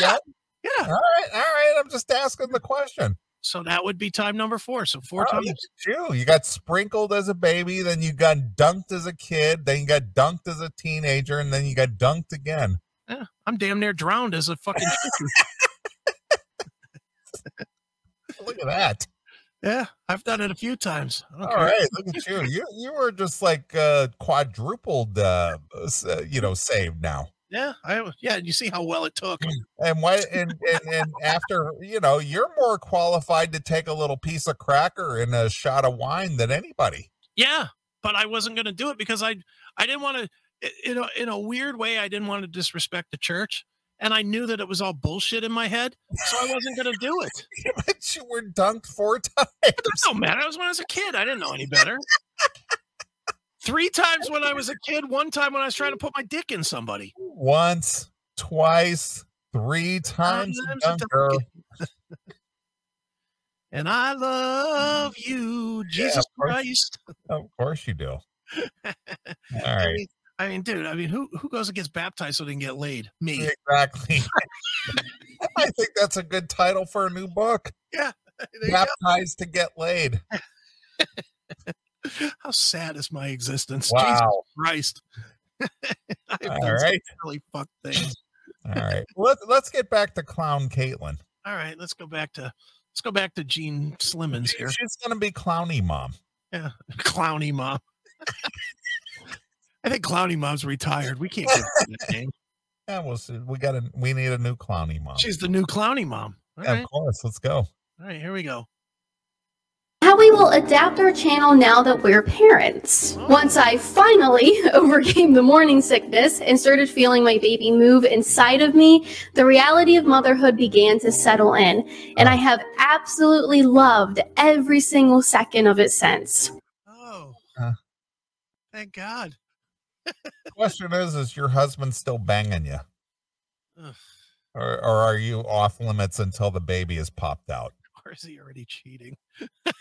Speaker 1: yeah.
Speaker 2: All right, all right. I'm just asking the question.
Speaker 1: So that would be time number four. So four
Speaker 2: Oh,
Speaker 1: times.
Speaker 2: look at You, you got sprinkled as a baby, then you got dunked as a kid, then you got dunked as a teenager, and then you got dunked again.
Speaker 1: Yeah, I'm damn near drowned as a fucking chicken.
Speaker 2: Look at that.
Speaker 1: yeah, I've done it a few times. I don't
Speaker 2: All
Speaker 1: care.
Speaker 2: right, look at you. You you were just like uh, quadrupled, uh, s- uh, you know, saved now.
Speaker 1: Yeah, I yeah. You see how well it took.
Speaker 2: And why? And, and and after you know, you're more qualified to take a little piece of cracker and a shot of wine than anybody.
Speaker 1: Yeah, but I wasn't going to do it because I I didn't want to. In a, in a weird way, I didn't want to disrespect the church, and I knew that it was all bullshit in my head, so I wasn't going to do it.
Speaker 2: but you were dunked four times.
Speaker 1: It don't matter. It was when I was a kid. I didn't know any better. Three times when I was a kid. One time when I was trying to put my dick in somebody.
Speaker 2: Once, twice, three times. a
Speaker 1: Times a
Speaker 2: dunk, girl.
Speaker 1: And I love you, Jesus
Speaker 2: Mm-hmm. course.
Speaker 1: Christ.
Speaker 2: Of course you do. All right.
Speaker 1: I mean, dude, I mean, who who goes and gets baptized so they can get laid? Me.
Speaker 2: Exactly. I think that's a good title for a new book.
Speaker 1: There you
Speaker 2: Baptized to get laid.
Speaker 1: go. How sad is my existence? Jesus
Speaker 2: Wow.
Speaker 1: Christ. I've done
Speaker 2: All
Speaker 1: some
Speaker 2: right.
Speaker 1: really fucked things.
Speaker 2: All right. Let's let's get back to clown Caitlin.
Speaker 1: All right, let's go back to let's go back to Gene Slimmons here.
Speaker 2: She's gonna be clowny mom.
Speaker 1: Clowny Mom. I think Clowny Mom's retired. We can't give her that name.
Speaker 2: Yeah, we'll see. uh, We got a we need a new clowny mom.
Speaker 1: She's the new Clowny Mom. All
Speaker 2: Yeah,
Speaker 1: right,
Speaker 2: of course. Let's go.
Speaker 1: all right, here we go.
Speaker 3: How we will adapt our channel now that we're parents. Once I finally overcame the morning sickness and started feeling my baby move inside of me, the reality of motherhood began to settle in, and I have absolutely loved every single second of it since.
Speaker 1: Oh,
Speaker 2: Huh.
Speaker 1: thank God.
Speaker 2: Question is, is your husband still banging you?
Speaker 1: Ugh.
Speaker 2: Or, or are you off limits until the baby is popped out?
Speaker 1: Or is he already cheating? and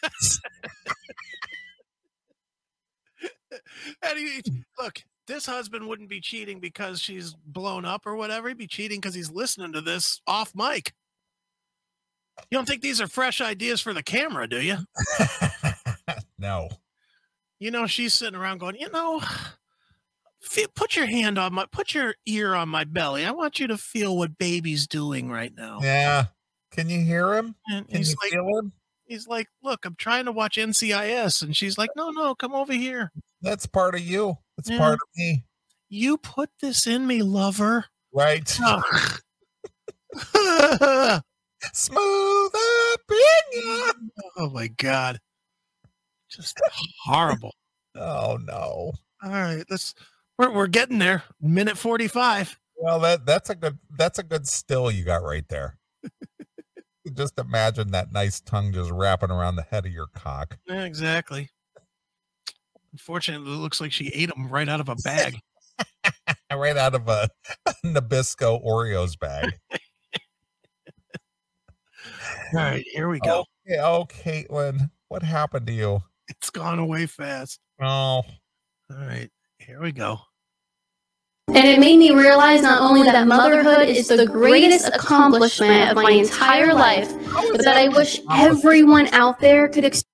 Speaker 1: he,
Speaker 2: Mm.
Speaker 1: look, this husband wouldn't be cheating because she's blown up or whatever. He'd be cheating because he's listening to this off mic. You don't think these are fresh ideas for the camera, do you?
Speaker 2: no.
Speaker 1: You know, she's sitting around going, you know, fe- put your hand on my, put your ear on my belly. I want you to feel what baby's doing right now.
Speaker 2: Yeah. Can you hear him?
Speaker 1: And
Speaker 2: Can
Speaker 1: he's
Speaker 2: you
Speaker 1: like,
Speaker 2: feel him?
Speaker 1: he's like, look, I'm trying to watch NCIS. And she's like, no, no, come over here.
Speaker 2: That's part of you. It's
Speaker 1: Yeah.
Speaker 2: part of me.
Speaker 1: You put this in me, lover.
Speaker 2: Right.
Speaker 1: Ugh.
Speaker 2: Smooth up in ya.
Speaker 1: oh my God. Just horrible.
Speaker 2: Oh no.
Speaker 1: All right. Let's, we're, we're getting there. Minute 45.
Speaker 2: Well, that that's a good that's a good still you got right there. just imagine that nice tongue just wrapping around the head of your cock.
Speaker 1: Yeah, exactly. Unfortunately, it looks like she ate them right out of a bag.
Speaker 2: I ran out of a, a Nabisco Oreos bag.
Speaker 1: All right, here we go.
Speaker 2: Yeah, oh, Caitlin, what happened to you?
Speaker 1: It's gone away fast.
Speaker 2: Oh,
Speaker 1: All right, here we go.
Speaker 3: And it made me realize not only that motherhood is the greatest accomplishment of my entire life, but that I wish everyone out there could experience.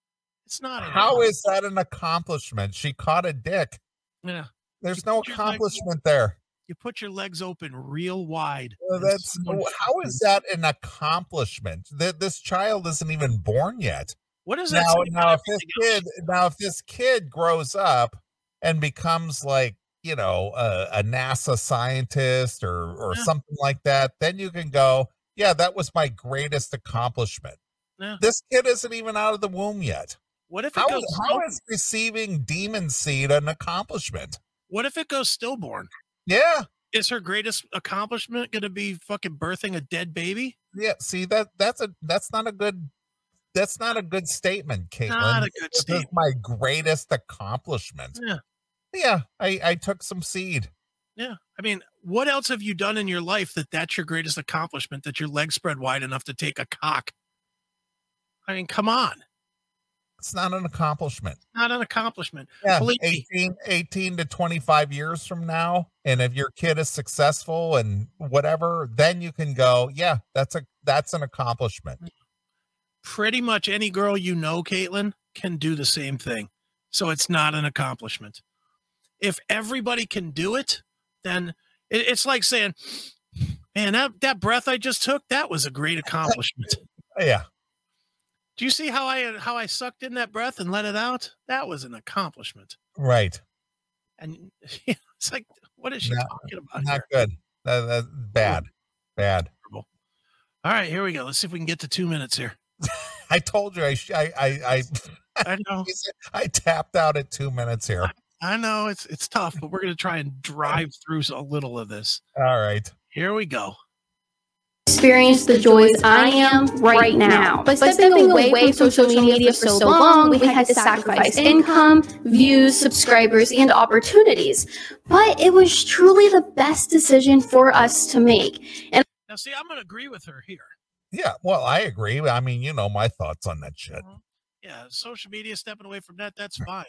Speaker 1: It's not. an
Speaker 2: how
Speaker 1: hour.
Speaker 2: is that an accomplishment? She caught a dick.
Speaker 1: Yeah,
Speaker 2: There's no
Speaker 1: Put your leg-
Speaker 2: accomplishment there.
Speaker 1: you put your legs open real wide.
Speaker 2: Uh,
Speaker 1: and
Speaker 2: That's
Speaker 1: someone
Speaker 2: how is that an accomplishment? That this child isn't even born yet.
Speaker 1: What is that?
Speaker 2: now,
Speaker 1: say about
Speaker 2: now if this
Speaker 1: everything else?
Speaker 2: kid now if this kid grows up and becomes like you know a, a nasa scientist or or
Speaker 1: Yeah.
Speaker 2: something like that then you can go yeah that was my greatest accomplishment
Speaker 1: Yeah.
Speaker 2: this kid isn't even out of the womb yet
Speaker 1: What if it
Speaker 2: how,
Speaker 1: goes?
Speaker 2: how
Speaker 1: still-
Speaker 2: is receiving demon seed an accomplishment
Speaker 1: what if it goes stillborn?
Speaker 2: yeah
Speaker 1: Is her greatest accomplishment going to be fucking birthing a dead baby?
Speaker 2: yeah see that that's a that's not a good that's not a good statement caitlin
Speaker 1: Not a good
Speaker 2: this is
Speaker 1: statement.
Speaker 2: my greatest accomplishment
Speaker 1: Yeah.
Speaker 2: yeah i i took some seed
Speaker 1: Yeah. I mean, what else have you done in your life that that's your greatest accomplishment that your legs spread wide enough to take a cock? I mean, come on.
Speaker 2: It's not an accomplishment.
Speaker 1: Not an accomplishment.
Speaker 2: Yeah,
Speaker 1: Believe me.
Speaker 2: 18, 18 to 25 years from now. And if your kid is successful and whatever, then you can go, yeah, that's a that's an accomplishment.
Speaker 1: Pretty much any girl you know, Caitlin, can do the same thing. So it's not an accomplishment. If everybody can do it, then it, it's like saying, man, that, that breath I just took, that was a great accomplishment. Mm.
Speaker 2: Yeah.
Speaker 1: Do you see how I how I sucked in that breath and let it out? That was an accomplishment.
Speaker 2: Right.
Speaker 1: And it's like, what is she
Speaker 2: Not-
Speaker 1: talking about
Speaker 2: Not
Speaker 1: here?
Speaker 2: good. That, that's bad. Bad.
Speaker 1: All right, here we go. Let's see if we can get to two minutes here.
Speaker 2: I told you I sh- I I
Speaker 1: I know,
Speaker 2: I, I tapped out at two minutes here.
Speaker 1: I know, it's it's tough, but we're gonna try and drive through a little of this.
Speaker 2: All right.
Speaker 1: Here we go.
Speaker 3: experience the joys I am right now. By stepping away from social media for so long, we had to sacrifice income, views, subscribers, and opportunities. But it was truly the best decision for us to make.
Speaker 1: Now, see, I'm gonna agree with her here.
Speaker 2: Yeah. Well, I agree. I mean, you know my thoughts on that shit.
Speaker 1: Mhm. Yeah, social media stepping away from that, that's fine.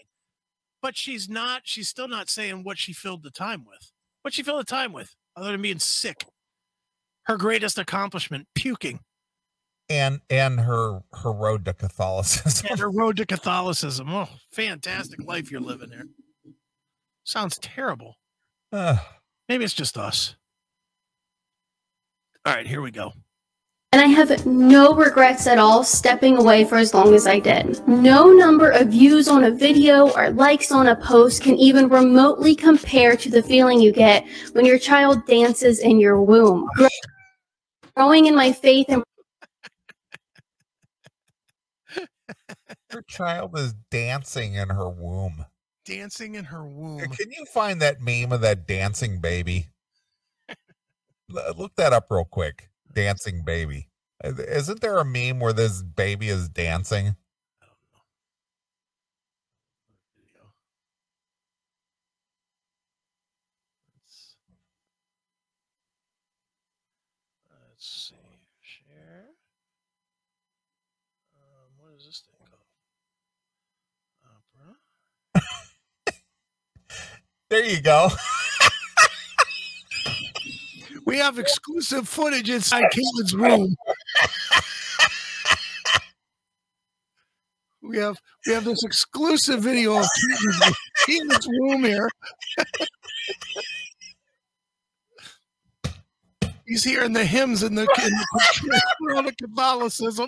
Speaker 1: But she's not, she's still not saying what she filled the time with. What she filled the time with, other than being sick. Her greatest accomplishment, puking.
Speaker 2: And and her her road to Catholicism.
Speaker 1: and her road to Catholicism. Oh, fantastic life you're living there. Sounds terrible.
Speaker 2: Ugh.
Speaker 1: Maybe it's just us. All right, here we go.
Speaker 3: And I have no regrets at all stepping away for as long as I did. No number of views on a video or likes on a post can even remotely compare to the feeling you get when your child dances in your womb. Grow- Growing in my faith and
Speaker 2: Her child is dancing in her womb.
Speaker 1: Dancing in her womb.
Speaker 2: Can you find that meme of that dancing baby? L- Look that up real quick. Dancing baby. Uh, Isn't there a meme where this baby is dancing?
Speaker 1: Let's, let's see. Share. Um, what is this thing called? Opera.
Speaker 2: There you go.
Speaker 1: We have exclusive footage inside Caitlin's room. We have we have this exclusive video of Caitlin's, Caitlin's room here. He's hearing the hymns in the, in the world of Catholicism.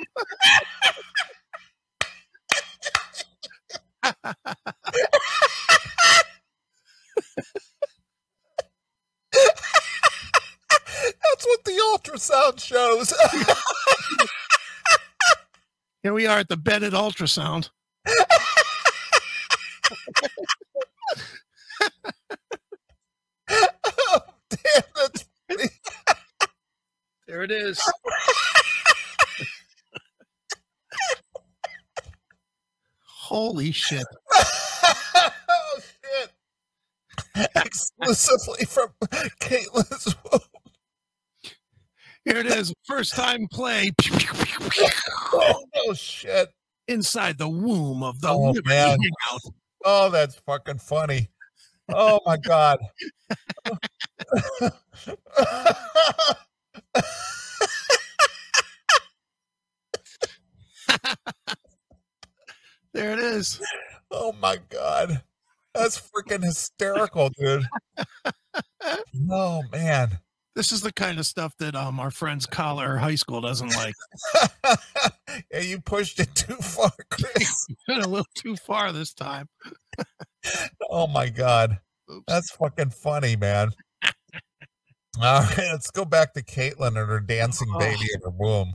Speaker 2: That's what the ultrasound shows.
Speaker 1: Here we are at the Bennett ultrasound.
Speaker 2: oh, damn, that's
Speaker 1: There it is. Holy shit.
Speaker 2: oh shit. exclusively from Caitlin's womb.
Speaker 1: Here it is. First time play
Speaker 2: Oh no, shit!
Speaker 1: inside the womb of the
Speaker 2: Oh,
Speaker 1: Liberty
Speaker 2: man.
Speaker 1: Hangout.
Speaker 2: Oh, that's fucking funny. Oh my god.
Speaker 1: There it is.
Speaker 2: Oh my god. That's freaking hysterical, dude. Oh man.
Speaker 1: This is the kind of stuff that um our friends Collar High School doesn't like.
Speaker 2: yeah, you pushed it too far, Chris.
Speaker 1: Went a little too far this time.
Speaker 2: Oh my god.
Speaker 1: Oops.
Speaker 2: That's fucking funny, man. All right, let's go back to Caitlin and her dancing
Speaker 1: Oh.
Speaker 2: baby in her womb.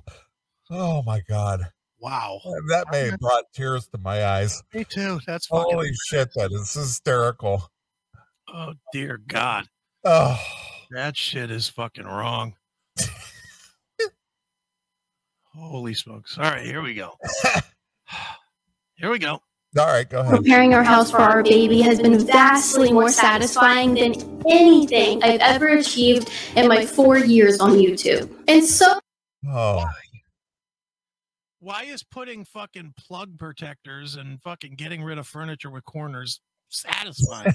Speaker 2: Oh my god.
Speaker 1: Wow.
Speaker 2: That may have brought tears to my eyes.
Speaker 1: Oh, Me too. That's fucking.
Speaker 2: Holy shit, that is hysterical.
Speaker 1: Oh dear God,
Speaker 2: Oh,
Speaker 1: that shit is fucking wrong. Holy smokes! All right, here we go. Here we go.
Speaker 2: all right, go ahead.
Speaker 3: Preparing our house for our baby has been vastly more satisfying than anything I've ever achieved in my four years on YouTube. And so
Speaker 2: Oh,
Speaker 1: Why is putting fucking plug protectors and fucking getting rid of furniture with corners satisfying?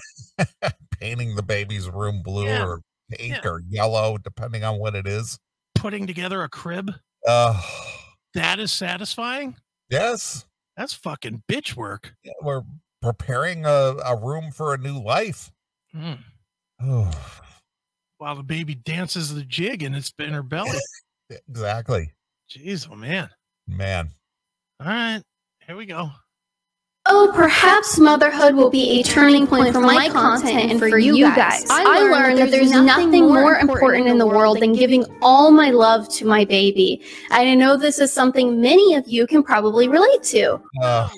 Speaker 2: painting the baby's room blue
Speaker 1: Yeah.
Speaker 2: or pink
Speaker 1: Yeah.
Speaker 2: or yellow, depending on what it is.
Speaker 1: putting together a crib
Speaker 2: Uh,
Speaker 1: that is satisfying.
Speaker 2: yes,
Speaker 1: That's fucking bitch work.
Speaker 2: yeah, we're preparing a, a room for a new life.
Speaker 1: Mm.
Speaker 2: Oh,
Speaker 1: While the baby dances the jig and it's in her belly.
Speaker 2: exactly.
Speaker 1: Jeez, oh man.
Speaker 2: Man,
Speaker 1: All right, here we go.
Speaker 3: Oh, perhaps motherhood will be a turning point for my content and for you guys. I learned that there's nothing more important in the world than giving all my love to my baby. And I know this is something many of you can probably relate to.
Speaker 2: uh,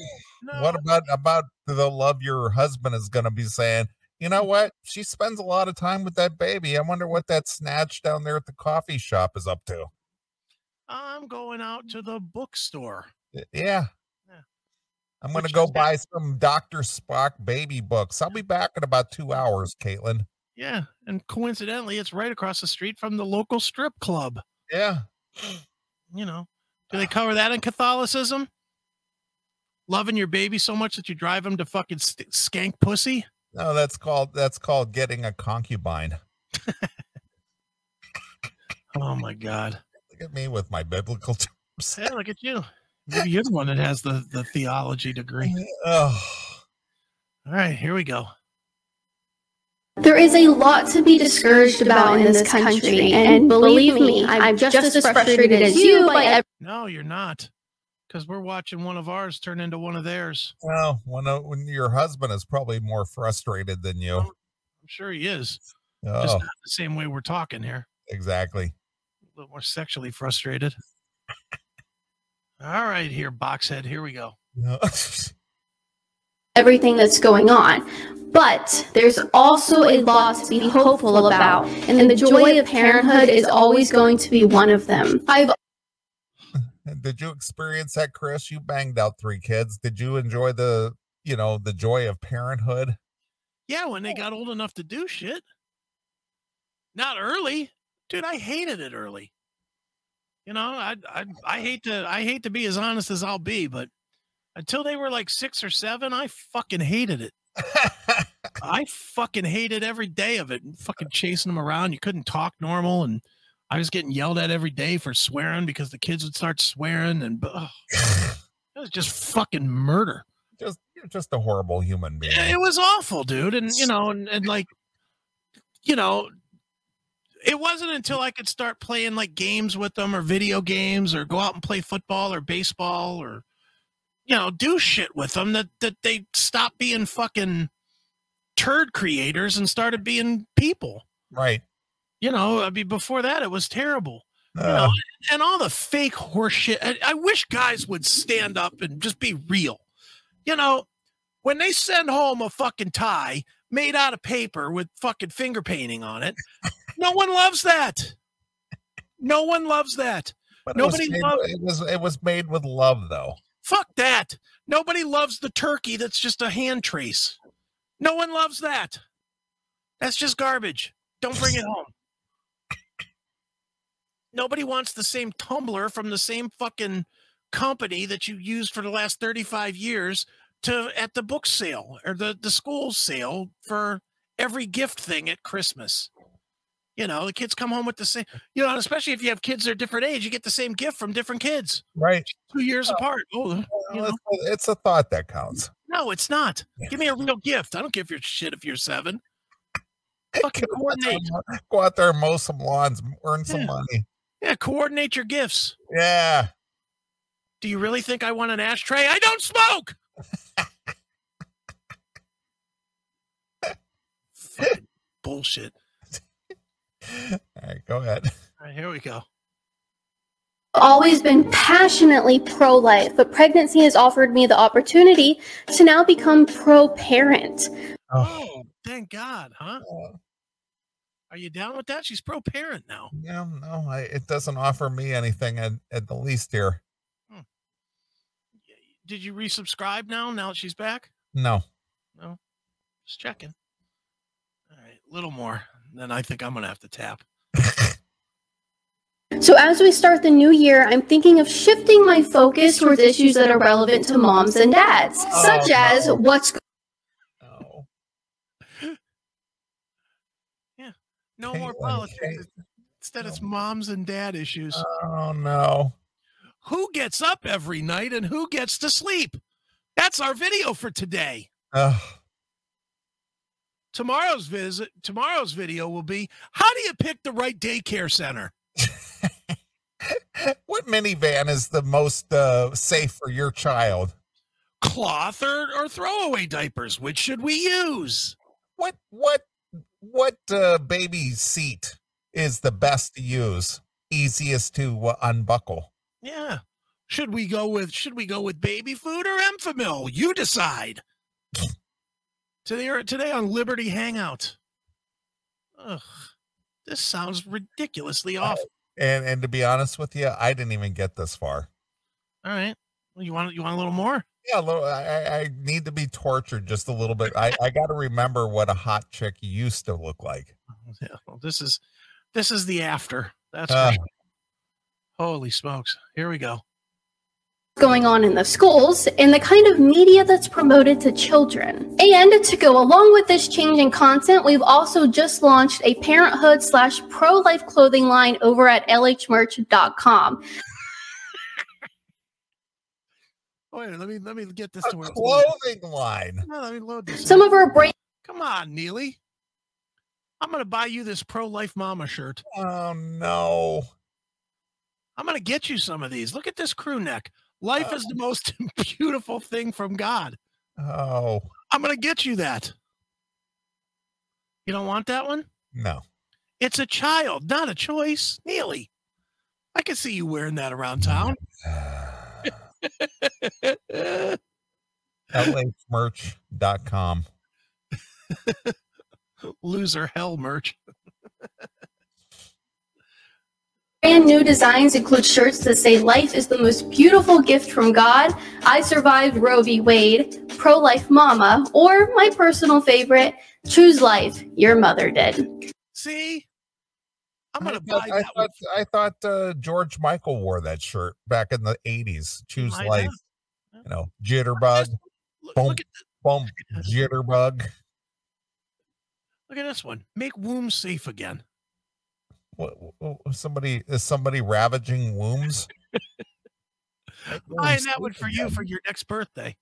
Speaker 1: No, no.
Speaker 2: what about about the love your husband is going to be saying? You
Speaker 1: Mm-hmm.
Speaker 2: know what? She spends a lot of time with that baby. I wonder what that snatch down there at the coffee shop is up to.
Speaker 1: I'm going out to the bookstore.
Speaker 2: Y- Yeah.
Speaker 1: Yeah.
Speaker 2: I'm going to
Speaker 1: Which
Speaker 2: go
Speaker 1: is that-
Speaker 2: buy some Dr. Spock baby books. I'll be back in about two hours, Caitlin.
Speaker 1: Yeah, and coincidentally, it's right across the street from the local strip club.
Speaker 2: Yeah.
Speaker 1: You know, do they cover that in Catholicism? Loving your baby so much that you drive him to fucking st- skank pussy.
Speaker 2: No, that's called that's called getting a concubine.
Speaker 1: Oh my god!
Speaker 2: Look at me with my biblical terms.
Speaker 1: Hey, look at you. Maybe you're the one that has the the theology degree. Mm-hmm.
Speaker 2: Oh,
Speaker 1: All right, here we go.
Speaker 3: There is a lot to be discouraged about in this country, and believe me, I'm just as frustrated as you by every
Speaker 1: No, you're not, because we're watching one of ours turn into one of theirs.
Speaker 2: well, when, uh, when your husband is probably more frustrated than you.
Speaker 1: I'm sure he is. Just
Speaker 2: Oh,
Speaker 1: not the same way we're talking here.
Speaker 2: exactly.
Speaker 1: a little more sexually frustrated. All right, here, Boxhead. Here we go.
Speaker 2: No.
Speaker 3: everything that's going on. But there's also a lot to be hopeful about, and the joy of parenthood is always going to be one of them. I've
Speaker 2: Did you experience that, Chris? You banged out three kids. Did you enjoy the, you know, the joy of parenthood?
Speaker 1: Yeah, when they got old enough to do shit. Not early, dude. I hated it early. You know, I I I hate to I hate to be as honest as I'll be, but until they were like six or seven, I fucking hated it. I fucking hated every day of it. Fucking chasing them around. You couldn't talk normal, and I was getting yelled at every day for swearing because the kids would start swearing, and ugh. It was just fucking murder.
Speaker 2: just you're just a horrible human being.
Speaker 1: It was awful, dude. And you know, and, and like, you know, it wasn't until I could start playing like games with them or video games or go out and play football or baseball or you know, do shit with them that that they stopped being fucking turd creators and started being people.
Speaker 2: Right.
Speaker 1: You know, I mean before that it was terrible.
Speaker 2: Uh,
Speaker 1: know, and all the fake horse shit. I, I wish guys would stand up and just be real. You know, when they send home a fucking tie made out of paper with fucking finger painting on it, no one loves that. No one loves that.
Speaker 2: but it was
Speaker 1: nobody
Speaker 2: made-
Speaker 1: loved-
Speaker 2: it was it was made with love though.
Speaker 1: Fuck that. Nobody loves the turkey that's just a hand trace. No one loves that. That's just garbage. Don't bring it home. Nobody wants the same tumbler from the same fucking company that you used for the last 35 years to at the book sale or the, the school sale for every gift thing at Christmas. You know, the kids come home with the same, you know, and especially if you have kids that are different age, you get the same gift from different kids
Speaker 2: Right.
Speaker 1: two years apart. Oh, you know.
Speaker 2: It's, it's a thought that counts.
Speaker 1: No, it's not. Give me a real gift. I don't give your shit if you're seven. Fucking coordinate.
Speaker 2: Go out there and mow some lawns, earn some
Speaker 1: Yeah.
Speaker 2: money.
Speaker 1: Yeah, coordinate your gifts.
Speaker 2: Yeah.
Speaker 1: Do you really think I want an ashtray? I don't smoke. Fucking bullshit.
Speaker 2: All right, go ahead.
Speaker 1: All right, here we go.
Speaker 3: always been passionately pro life, but pregnancy has offered me the opportunity to now become pro parent.
Speaker 1: Oh, thank God, huh?
Speaker 2: Uh,
Speaker 1: Are you down with that? She's pro parent now.
Speaker 2: yeah, no, I, it doesn't offer me anything at, at the least here.
Speaker 1: Did you resubscribe now? Now that she's back?
Speaker 2: No.
Speaker 1: Just checking. All right, a little more. Then I think I'm going to have to tap.
Speaker 3: So, as we start the new year, I'm thinking of shifting my focus towards issues that are relevant to moms and dads,
Speaker 2: Oh,
Speaker 3: such as
Speaker 2: no.
Speaker 3: what's
Speaker 2: No.
Speaker 1: No
Speaker 2: Hey,
Speaker 1: more
Speaker 2: let me- hey.
Speaker 1: politics. Instead, it's
Speaker 2: No.
Speaker 1: moms and dad issues.
Speaker 2: Oh, no.
Speaker 1: who gets up every night and who gets to sleep? That's our video for today.
Speaker 2: Ugh.
Speaker 1: Tomorrow's visit, tomorrow's video will be how do you pick the right daycare center?
Speaker 2: what minivan is the most uh, safe for your child?
Speaker 1: Cloth or, or throwaway diapers? Which should we use?
Speaker 2: What what what uh, baby seat is the best to use? Easiest to uh, unbuckle.
Speaker 1: Yeah. Should we go with should we go with baby food or Enfamil? You decide. today today on Liberty Hangout. Ugh. This sounds ridiculously
Speaker 2: Uh,
Speaker 1: awful.
Speaker 2: And and to be honest with you, I didn't even get this far.
Speaker 1: All right. Well, you want you want a little more?
Speaker 2: Yeah, a little- I, I- I need to be tortured just a little bit. I, I got to remember what a hot chick used to look like.
Speaker 1: Yeah, well, this is this is the after. That's
Speaker 2: Uh,
Speaker 1: for sure. holy smokes. Here we go.
Speaker 3: going on in the schools and the kind of media that's promoted to children. And to go along with this change in content, we've also just launched a parenthood slash pro life clothing line over at lhmerch.com.
Speaker 1: Wait, let me let me get this
Speaker 2: a
Speaker 1: to where it's loaded.
Speaker 2: clothing line.
Speaker 1: No, let me load this.
Speaker 3: Some
Speaker 1: up.
Speaker 3: of our brand
Speaker 1: Come on, Neely. I'm gonna buy you this pro life mama shirt.
Speaker 2: Oh no.
Speaker 1: I'm gonna get you some of these. Look at this crew neck. Life
Speaker 2: Oh.
Speaker 1: is the most beautiful thing from God.
Speaker 2: Oh
Speaker 1: I'm gonna get you that. You don't want that one?
Speaker 2: no.
Speaker 1: It's a child, not a choice. Neely. I can see you wearing that around town.
Speaker 2: LHmerch.com.
Speaker 1: loser hell merch.
Speaker 3: brand new designs include shirts that say life is the most beautiful gift from God, I survived Roe v. Wade, pro life mama, or my personal favorite, choose life, your mother did.
Speaker 1: See, I'm
Speaker 2: I
Speaker 1: gonna
Speaker 2: thought,
Speaker 1: buy
Speaker 2: I
Speaker 1: that. one.
Speaker 2: thought, I thought uh, George Michael wore that shirt back in the 80s. Choose
Speaker 1: might have.
Speaker 2: life.
Speaker 1: Yeah.
Speaker 2: You know, jitterbug,
Speaker 1: Look,
Speaker 2: boom.
Speaker 1: look at th-
Speaker 2: bump, jitterbug.
Speaker 1: look at this one. Make womb safe again.
Speaker 2: What, what- somebody is somebody ravaging wombs?
Speaker 1: Buying that one for you for your next birthday.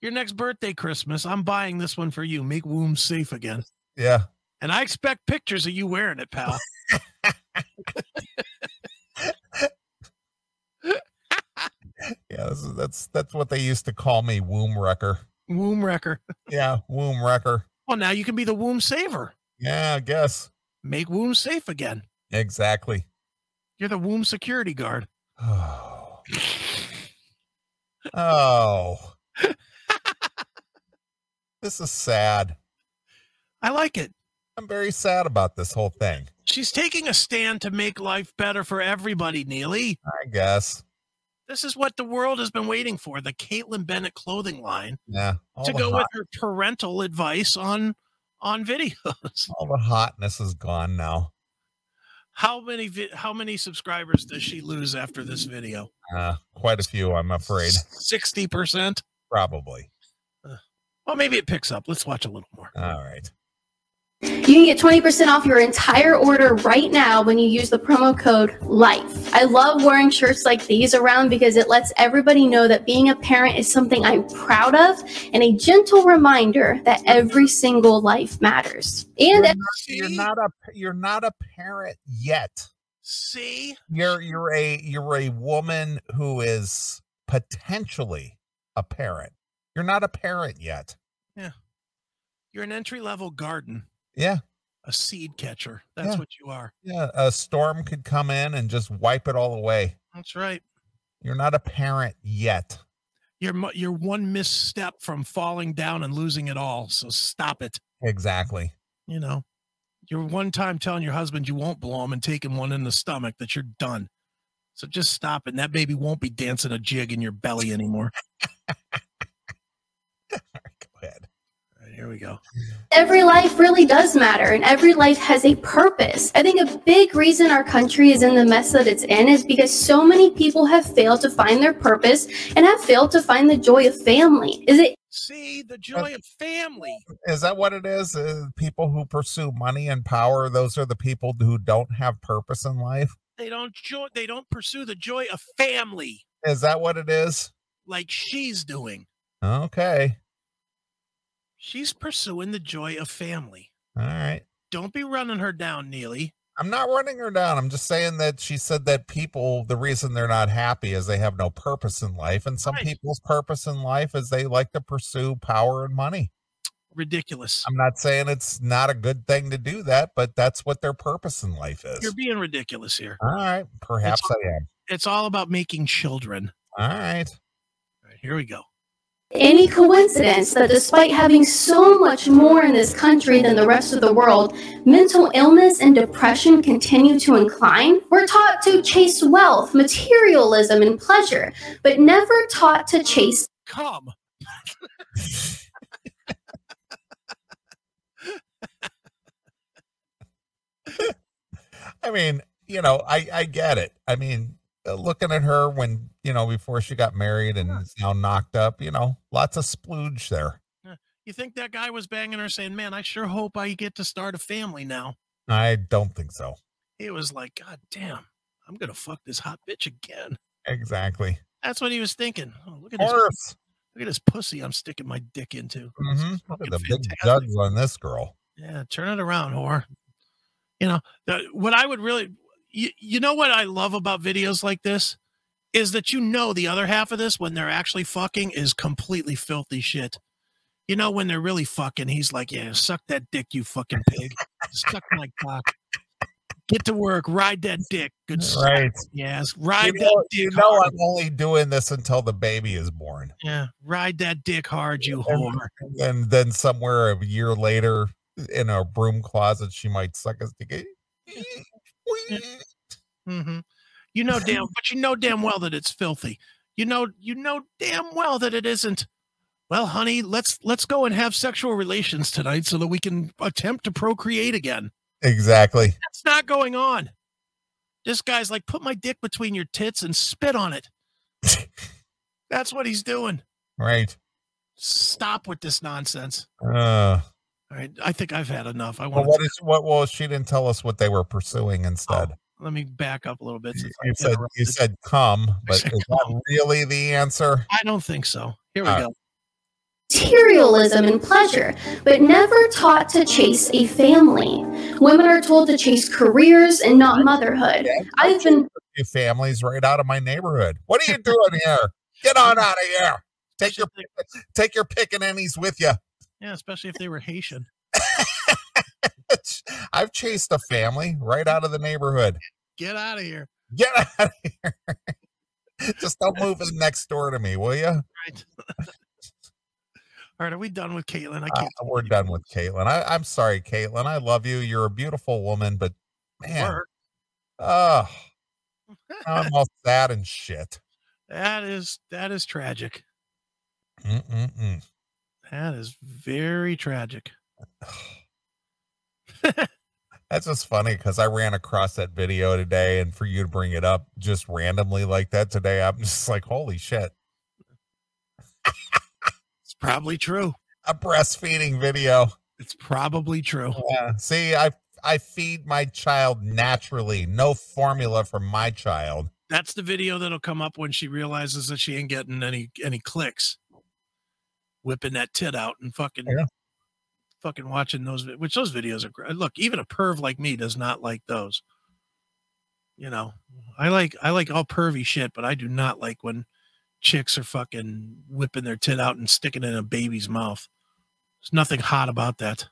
Speaker 1: Your next birthday, Christmas. I'm buying this one for you. Make womb safe again.
Speaker 2: Yeah.
Speaker 1: And I expect pictures of you wearing it, pal.
Speaker 2: Yeah. This is, that's that's what they used to call me, womb wrecker.
Speaker 1: womb wrecker.
Speaker 2: Yeah. Womb wrecker.
Speaker 1: Well, now you can be the womb saver.
Speaker 2: Yeah. I guess.
Speaker 1: Make womb safe again.
Speaker 2: Exactly.
Speaker 1: You're the womb security guard.
Speaker 2: Oh. Oh. this is sad.
Speaker 1: I like it.
Speaker 2: I'm very sad about this whole thing,
Speaker 1: She's taking a stand to make life better for everybody, Neely.
Speaker 2: I guess.
Speaker 1: This is what the world has been waiting for the Caitlyn Bennett clothing line
Speaker 2: Yeah. all
Speaker 1: to
Speaker 2: the
Speaker 1: go
Speaker 2: hot-
Speaker 1: with her parental advice on on videos.
Speaker 2: All the hotness is gone now.
Speaker 1: How many vi- how many subscribers does she lose after this video?
Speaker 2: Uh, quite a few, I'm afraid.
Speaker 1: Sixty percent.
Speaker 2: Probably.
Speaker 1: Well, maybe it picks up. Let's watch a little more.
Speaker 2: All right.
Speaker 3: You can get 20% off your entire order right now when you use the promo code LIFE. I love wearing shirts like these around because it lets everybody know that being a parent is something I'm proud of and a gentle reminder that every single life matters.
Speaker 2: You're not,
Speaker 3: And
Speaker 2: you're not a you're not a parent yet.
Speaker 1: See,
Speaker 2: You're you're a you're a woman who is potentially a parent. You're not a parent yet.
Speaker 1: you're an entry level garden,
Speaker 2: Yeah.
Speaker 1: a seed catcher. That's
Speaker 2: Yeah.
Speaker 1: what you are.
Speaker 2: Yeah, a storm could come in and just wipe it all away.
Speaker 1: That's right.
Speaker 2: You're not a parent yet.
Speaker 1: You're mu- you're one misstep from falling down and losing it all. So stop it.
Speaker 2: Exactly.
Speaker 1: You know, you're one time telling your husband you won't blow him and taking one in the stomach that you're done. So just stop it. And that baby won't be dancing a jig in your belly anymore.
Speaker 2: Go ahead.
Speaker 1: All right, here we go.
Speaker 3: Every life really does matter, and every life has a purpose. I think a big reason our country is in the mess that it's in is because so many people have failed to find their purpose and have failed to find the joy of family. Is it
Speaker 1: See the joy of family.
Speaker 2: Is that what it is? Uh, people who pursue money and power, those are the people who don't have purpose in life.
Speaker 1: They don't joy. They don't pursue the joy of family
Speaker 2: Is that what it is?
Speaker 1: like she's doing.
Speaker 2: Okay.
Speaker 1: She's pursuing the joy of family.
Speaker 2: All right.
Speaker 1: Don't be running her down, Neely.
Speaker 2: I'm not running her down. I'm just saying that she said that people, the reason they're not happy is they have no purpose in life. And some
Speaker 1: Right.
Speaker 2: people's purpose in life is they like to pursue power and money.
Speaker 1: Ridiculous.
Speaker 2: I'm not saying it's not a good thing to do that, but that's what their purpose in life is.
Speaker 1: You're being ridiculous here.
Speaker 2: All right. Perhaps I am.
Speaker 1: It's all about making children.
Speaker 2: All right.
Speaker 1: All right, here we go.
Speaker 3: any coincidence that despite having so much more in this country than the rest of the world, mental illness and depression continue to incline? We're taught to chase wealth, materialism, and pleasure, but never taught to chase
Speaker 1: Come.
Speaker 2: I mean, you know, I, I get it. I mean, uh, looking at her when, you know, before she got married and is now knocked up, you know, lots of splooge there.
Speaker 1: You think that guy was banging her saying, Man, I sure hope I get to start a family now?
Speaker 2: I don't think so.
Speaker 1: He was like, God damn, I'm going to fuck this hot bitch again.
Speaker 2: Exactly.
Speaker 1: That's what he was thinking. Oh, look at
Speaker 2: Or
Speaker 1: this. Look
Speaker 2: if-
Speaker 1: at this pussy I'm sticking my dick into. This is
Speaker 2: Mhm. Look
Speaker 1: fucking
Speaker 2: at the big
Speaker 1: fantastic.
Speaker 2: jugs on this girl.
Speaker 1: Yeah, turn it around, whore. You know, the, what I would really, you, you know, what I love about videos like this is that you know the other half of this when they're actually fucking is completely filthy shit. You know, when they're really fucking, he's like, yeah, suck that dick, you fucking pig. suck my cock. Get to work, ride that dick. Good suck,
Speaker 2: Right.
Speaker 1: Yes,
Speaker 2: You
Speaker 1: ride
Speaker 2: know,
Speaker 1: that dick.
Speaker 2: you know
Speaker 1: hard.
Speaker 2: I'm only doing this until the baby is born.
Speaker 1: yeah, ride that dick hard, you
Speaker 2: And-
Speaker 1: whore.
Speaker 2: And then somewhere a year later in a broom closet, she might suck us to
Speaker 1: hmm You know damn, but you know damn well that it's filthy. You know, you know damn well that it isn't. Well, honey, let's let's go and have sexual relations tonight so that we can attempt to procreate again.
Speaker 2: Exactly.
Speaker 1: That's not going on. This guy's like, put my dick between your tits and spit on it. That's what he's doing.
Speaker 2: Right.
Speaker 1: Stop with this nonsense.
Speaker 2: Uh,
Speaker 1: All right, I think I've had enough. I
Speaker 2: well,
Speaker 1: want.
Speaker 2: what is what? Well, she didn't tell us what they were pursuing instead.
Speaker 1: to Let me back up a little bit.
Speaker 2: You
Speaker 1: since I
Speaker 2: you said you
Speaker 1: interrupted.
Speaker 2: said come, but
Speaker 1: said
Speaker 2: is that
Speaker 1: come.
Speaker 2: really the answer?
Speaker 1: I don't think so. Here we
Speaker 2: All right.
Speaker 1: go.
Speaker 3: materialism and pleasure, but never taught to chase a family. Women are told to chase careers and not motherhood. I've been
Speaker 2: Your family's right out of my neighborhood. What are you doing here? Get on out of here. Take your take your pickaninnies with you.
Speaker 1: yeah, especially if they were Haitian.
Speaker 2: I've chased a family right out of the neighborhood.
Speaker 1: Get out of here.
Speaker 2: Get out of here. Just don't move in next door to me, will you?
Speaker 1: Right. All right, are we done with Caitlin? I
Speaker 2: Uh,
Speaker 1: can't.
Speaker 2: we're done with Caitlin. I, I'm sorry, Caitlin. I love you. You're a beautiful woman, but man,
Speaker 1: work.
Speaker 2: oh, I'm all sad and shit.
Speaker 1: That is that is tragic.
Speaker 2: Mm-mm-mm.
Speaker 1: That is very tragic.
Speaker 2: That's just funny because I ran across that video today, and for you to bring it up just randomly like that today, I'm just like, holy shit.
Speaker 1: It's probably true.
Speaker 2: A breastfeeding video.
Speaker 1: It's probably true.
Speaker 2: Yeah. See, I I feed my child naturally. No formula for my child.
Speaker 1: That's the video that'll come up when she realizes that she ain't getting any any clicks. Whipping that tit out and fucking
Speaker 2: Yeah.
Speaker 1: fucking watching those vi- which those videos are great. Look, even a perv like me does not like those. You know, I like I like all pervy shit, but I do not like when chicks are fucking whipping their tit out and sticking it in a baby's mouth. There's nothing hot about that.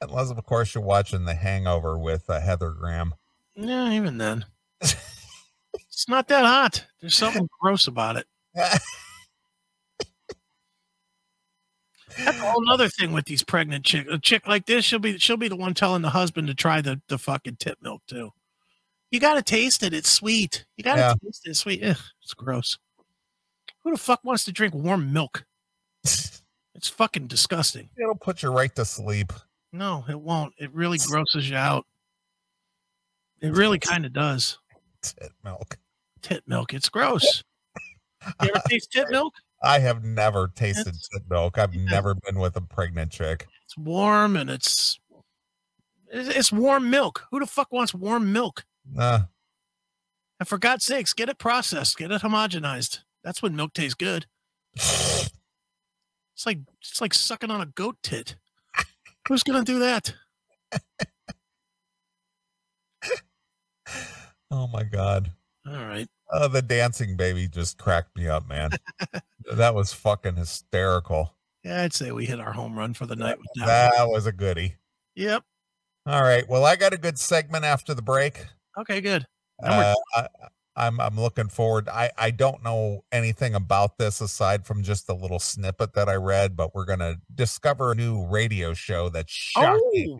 Speaker 2: Unless, of course, you're watching The Hangover with uh, Heather Graham.
Speaker 1: Yeah, even then. it's not that hot. There's something gross about it. That's a whole other thing with these pregnant chick. A chick like this, she'll be she'll be the one telling the husband to try the the fucking tip milk too. You gotta taste it. It's sweet. You gotta
Speaker 2: Yeah.
Speaker 1: taste it. It's sweet. Ugh, it's gross. Who the fuck wants to drink warm milk? It's fucking disgusting.
Speaker 2: It'll put you right to sleep.
Speaker 1: No, it won't. It really grosses you out. It really kind of does.
Speaker 2: Tit milk.
Speaker 1: Tit milk. It's gross. You ever taste tit milk?
Speaker 2: I have never tasted
Speaker 1: That's-
Speaker 2: tit milk. I've
Speaker 1: Yeah.
Speaker 2: never been with a pregnant chick.
Speaker 1: It's warm and it's it's it's warm milk. Who the fuck wants warm milk?
Speaker 2: Uh,
Speaker 1: And for God's sakes, get it processed, get it homogenized. That's when milk tastes good. It's like it's like sucking on a goat tit. Who's gonna do that?
Speaker 2: oh my god.
Speaker 1: All right.
Speaker 2: Uh, the dancing baby just cracked me up, man. that was fucking hysterical.
Speaker 1: Yeah, I'd say we hit our home run for the night with that. one.
Speaker 2: That was a goodie.
Speaker 1: Yep.
Speaker 2: All right. Well, I got a good segment after the break.
Speaker 1: Okay, good. Now we're-
Speaker 2: Uh, I, I'm I'm looking forward. I I don't know anything about this aside from just the little snippet that I read, but we're gonna discover a new radio show that's shocking,
Speaker 1: Oh,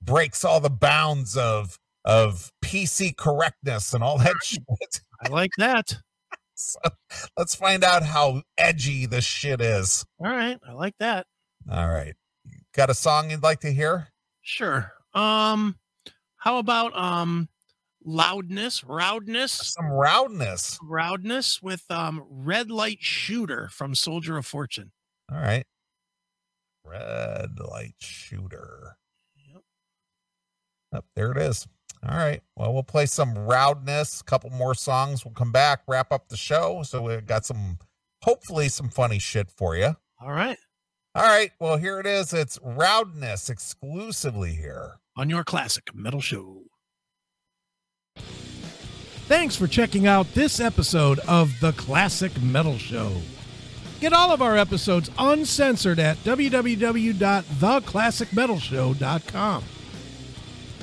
Speaker 2: breaks all the bounds of of PC correctness and all that shit.
Speaker 1: I like that.
Speaker 2: So, let's find out how edgy this shit is.
Speaker 1: All right, I like that.
Speaker 2: All right, got a song you'd like to hear?
Speaker 1: Sure. Um, how about um, loudness, roudness?
Speaker 2: Some roundness.
Speaker 1: Roudness with um Red Light Shooter from Soldier of Fortune.
Speaker 2: All right. Red light shooter.
Speaker 1: Yep.
Speaker 2: Up there it is. All right. Well, we'll play some roundness, a couple more songs. We'll come back, wrap up the show. So we got some, hopefully, some funny shit for you.
Speaker 1: All right,
Speaker 2: All right. Well, here it is. It's roundness exclusively here.
Speaker 1: on your classic metal show. Thanks for checking out this episode of The Classic Metal Show. Get all of our episodes uncensored at www.theclassicmetalshow.com.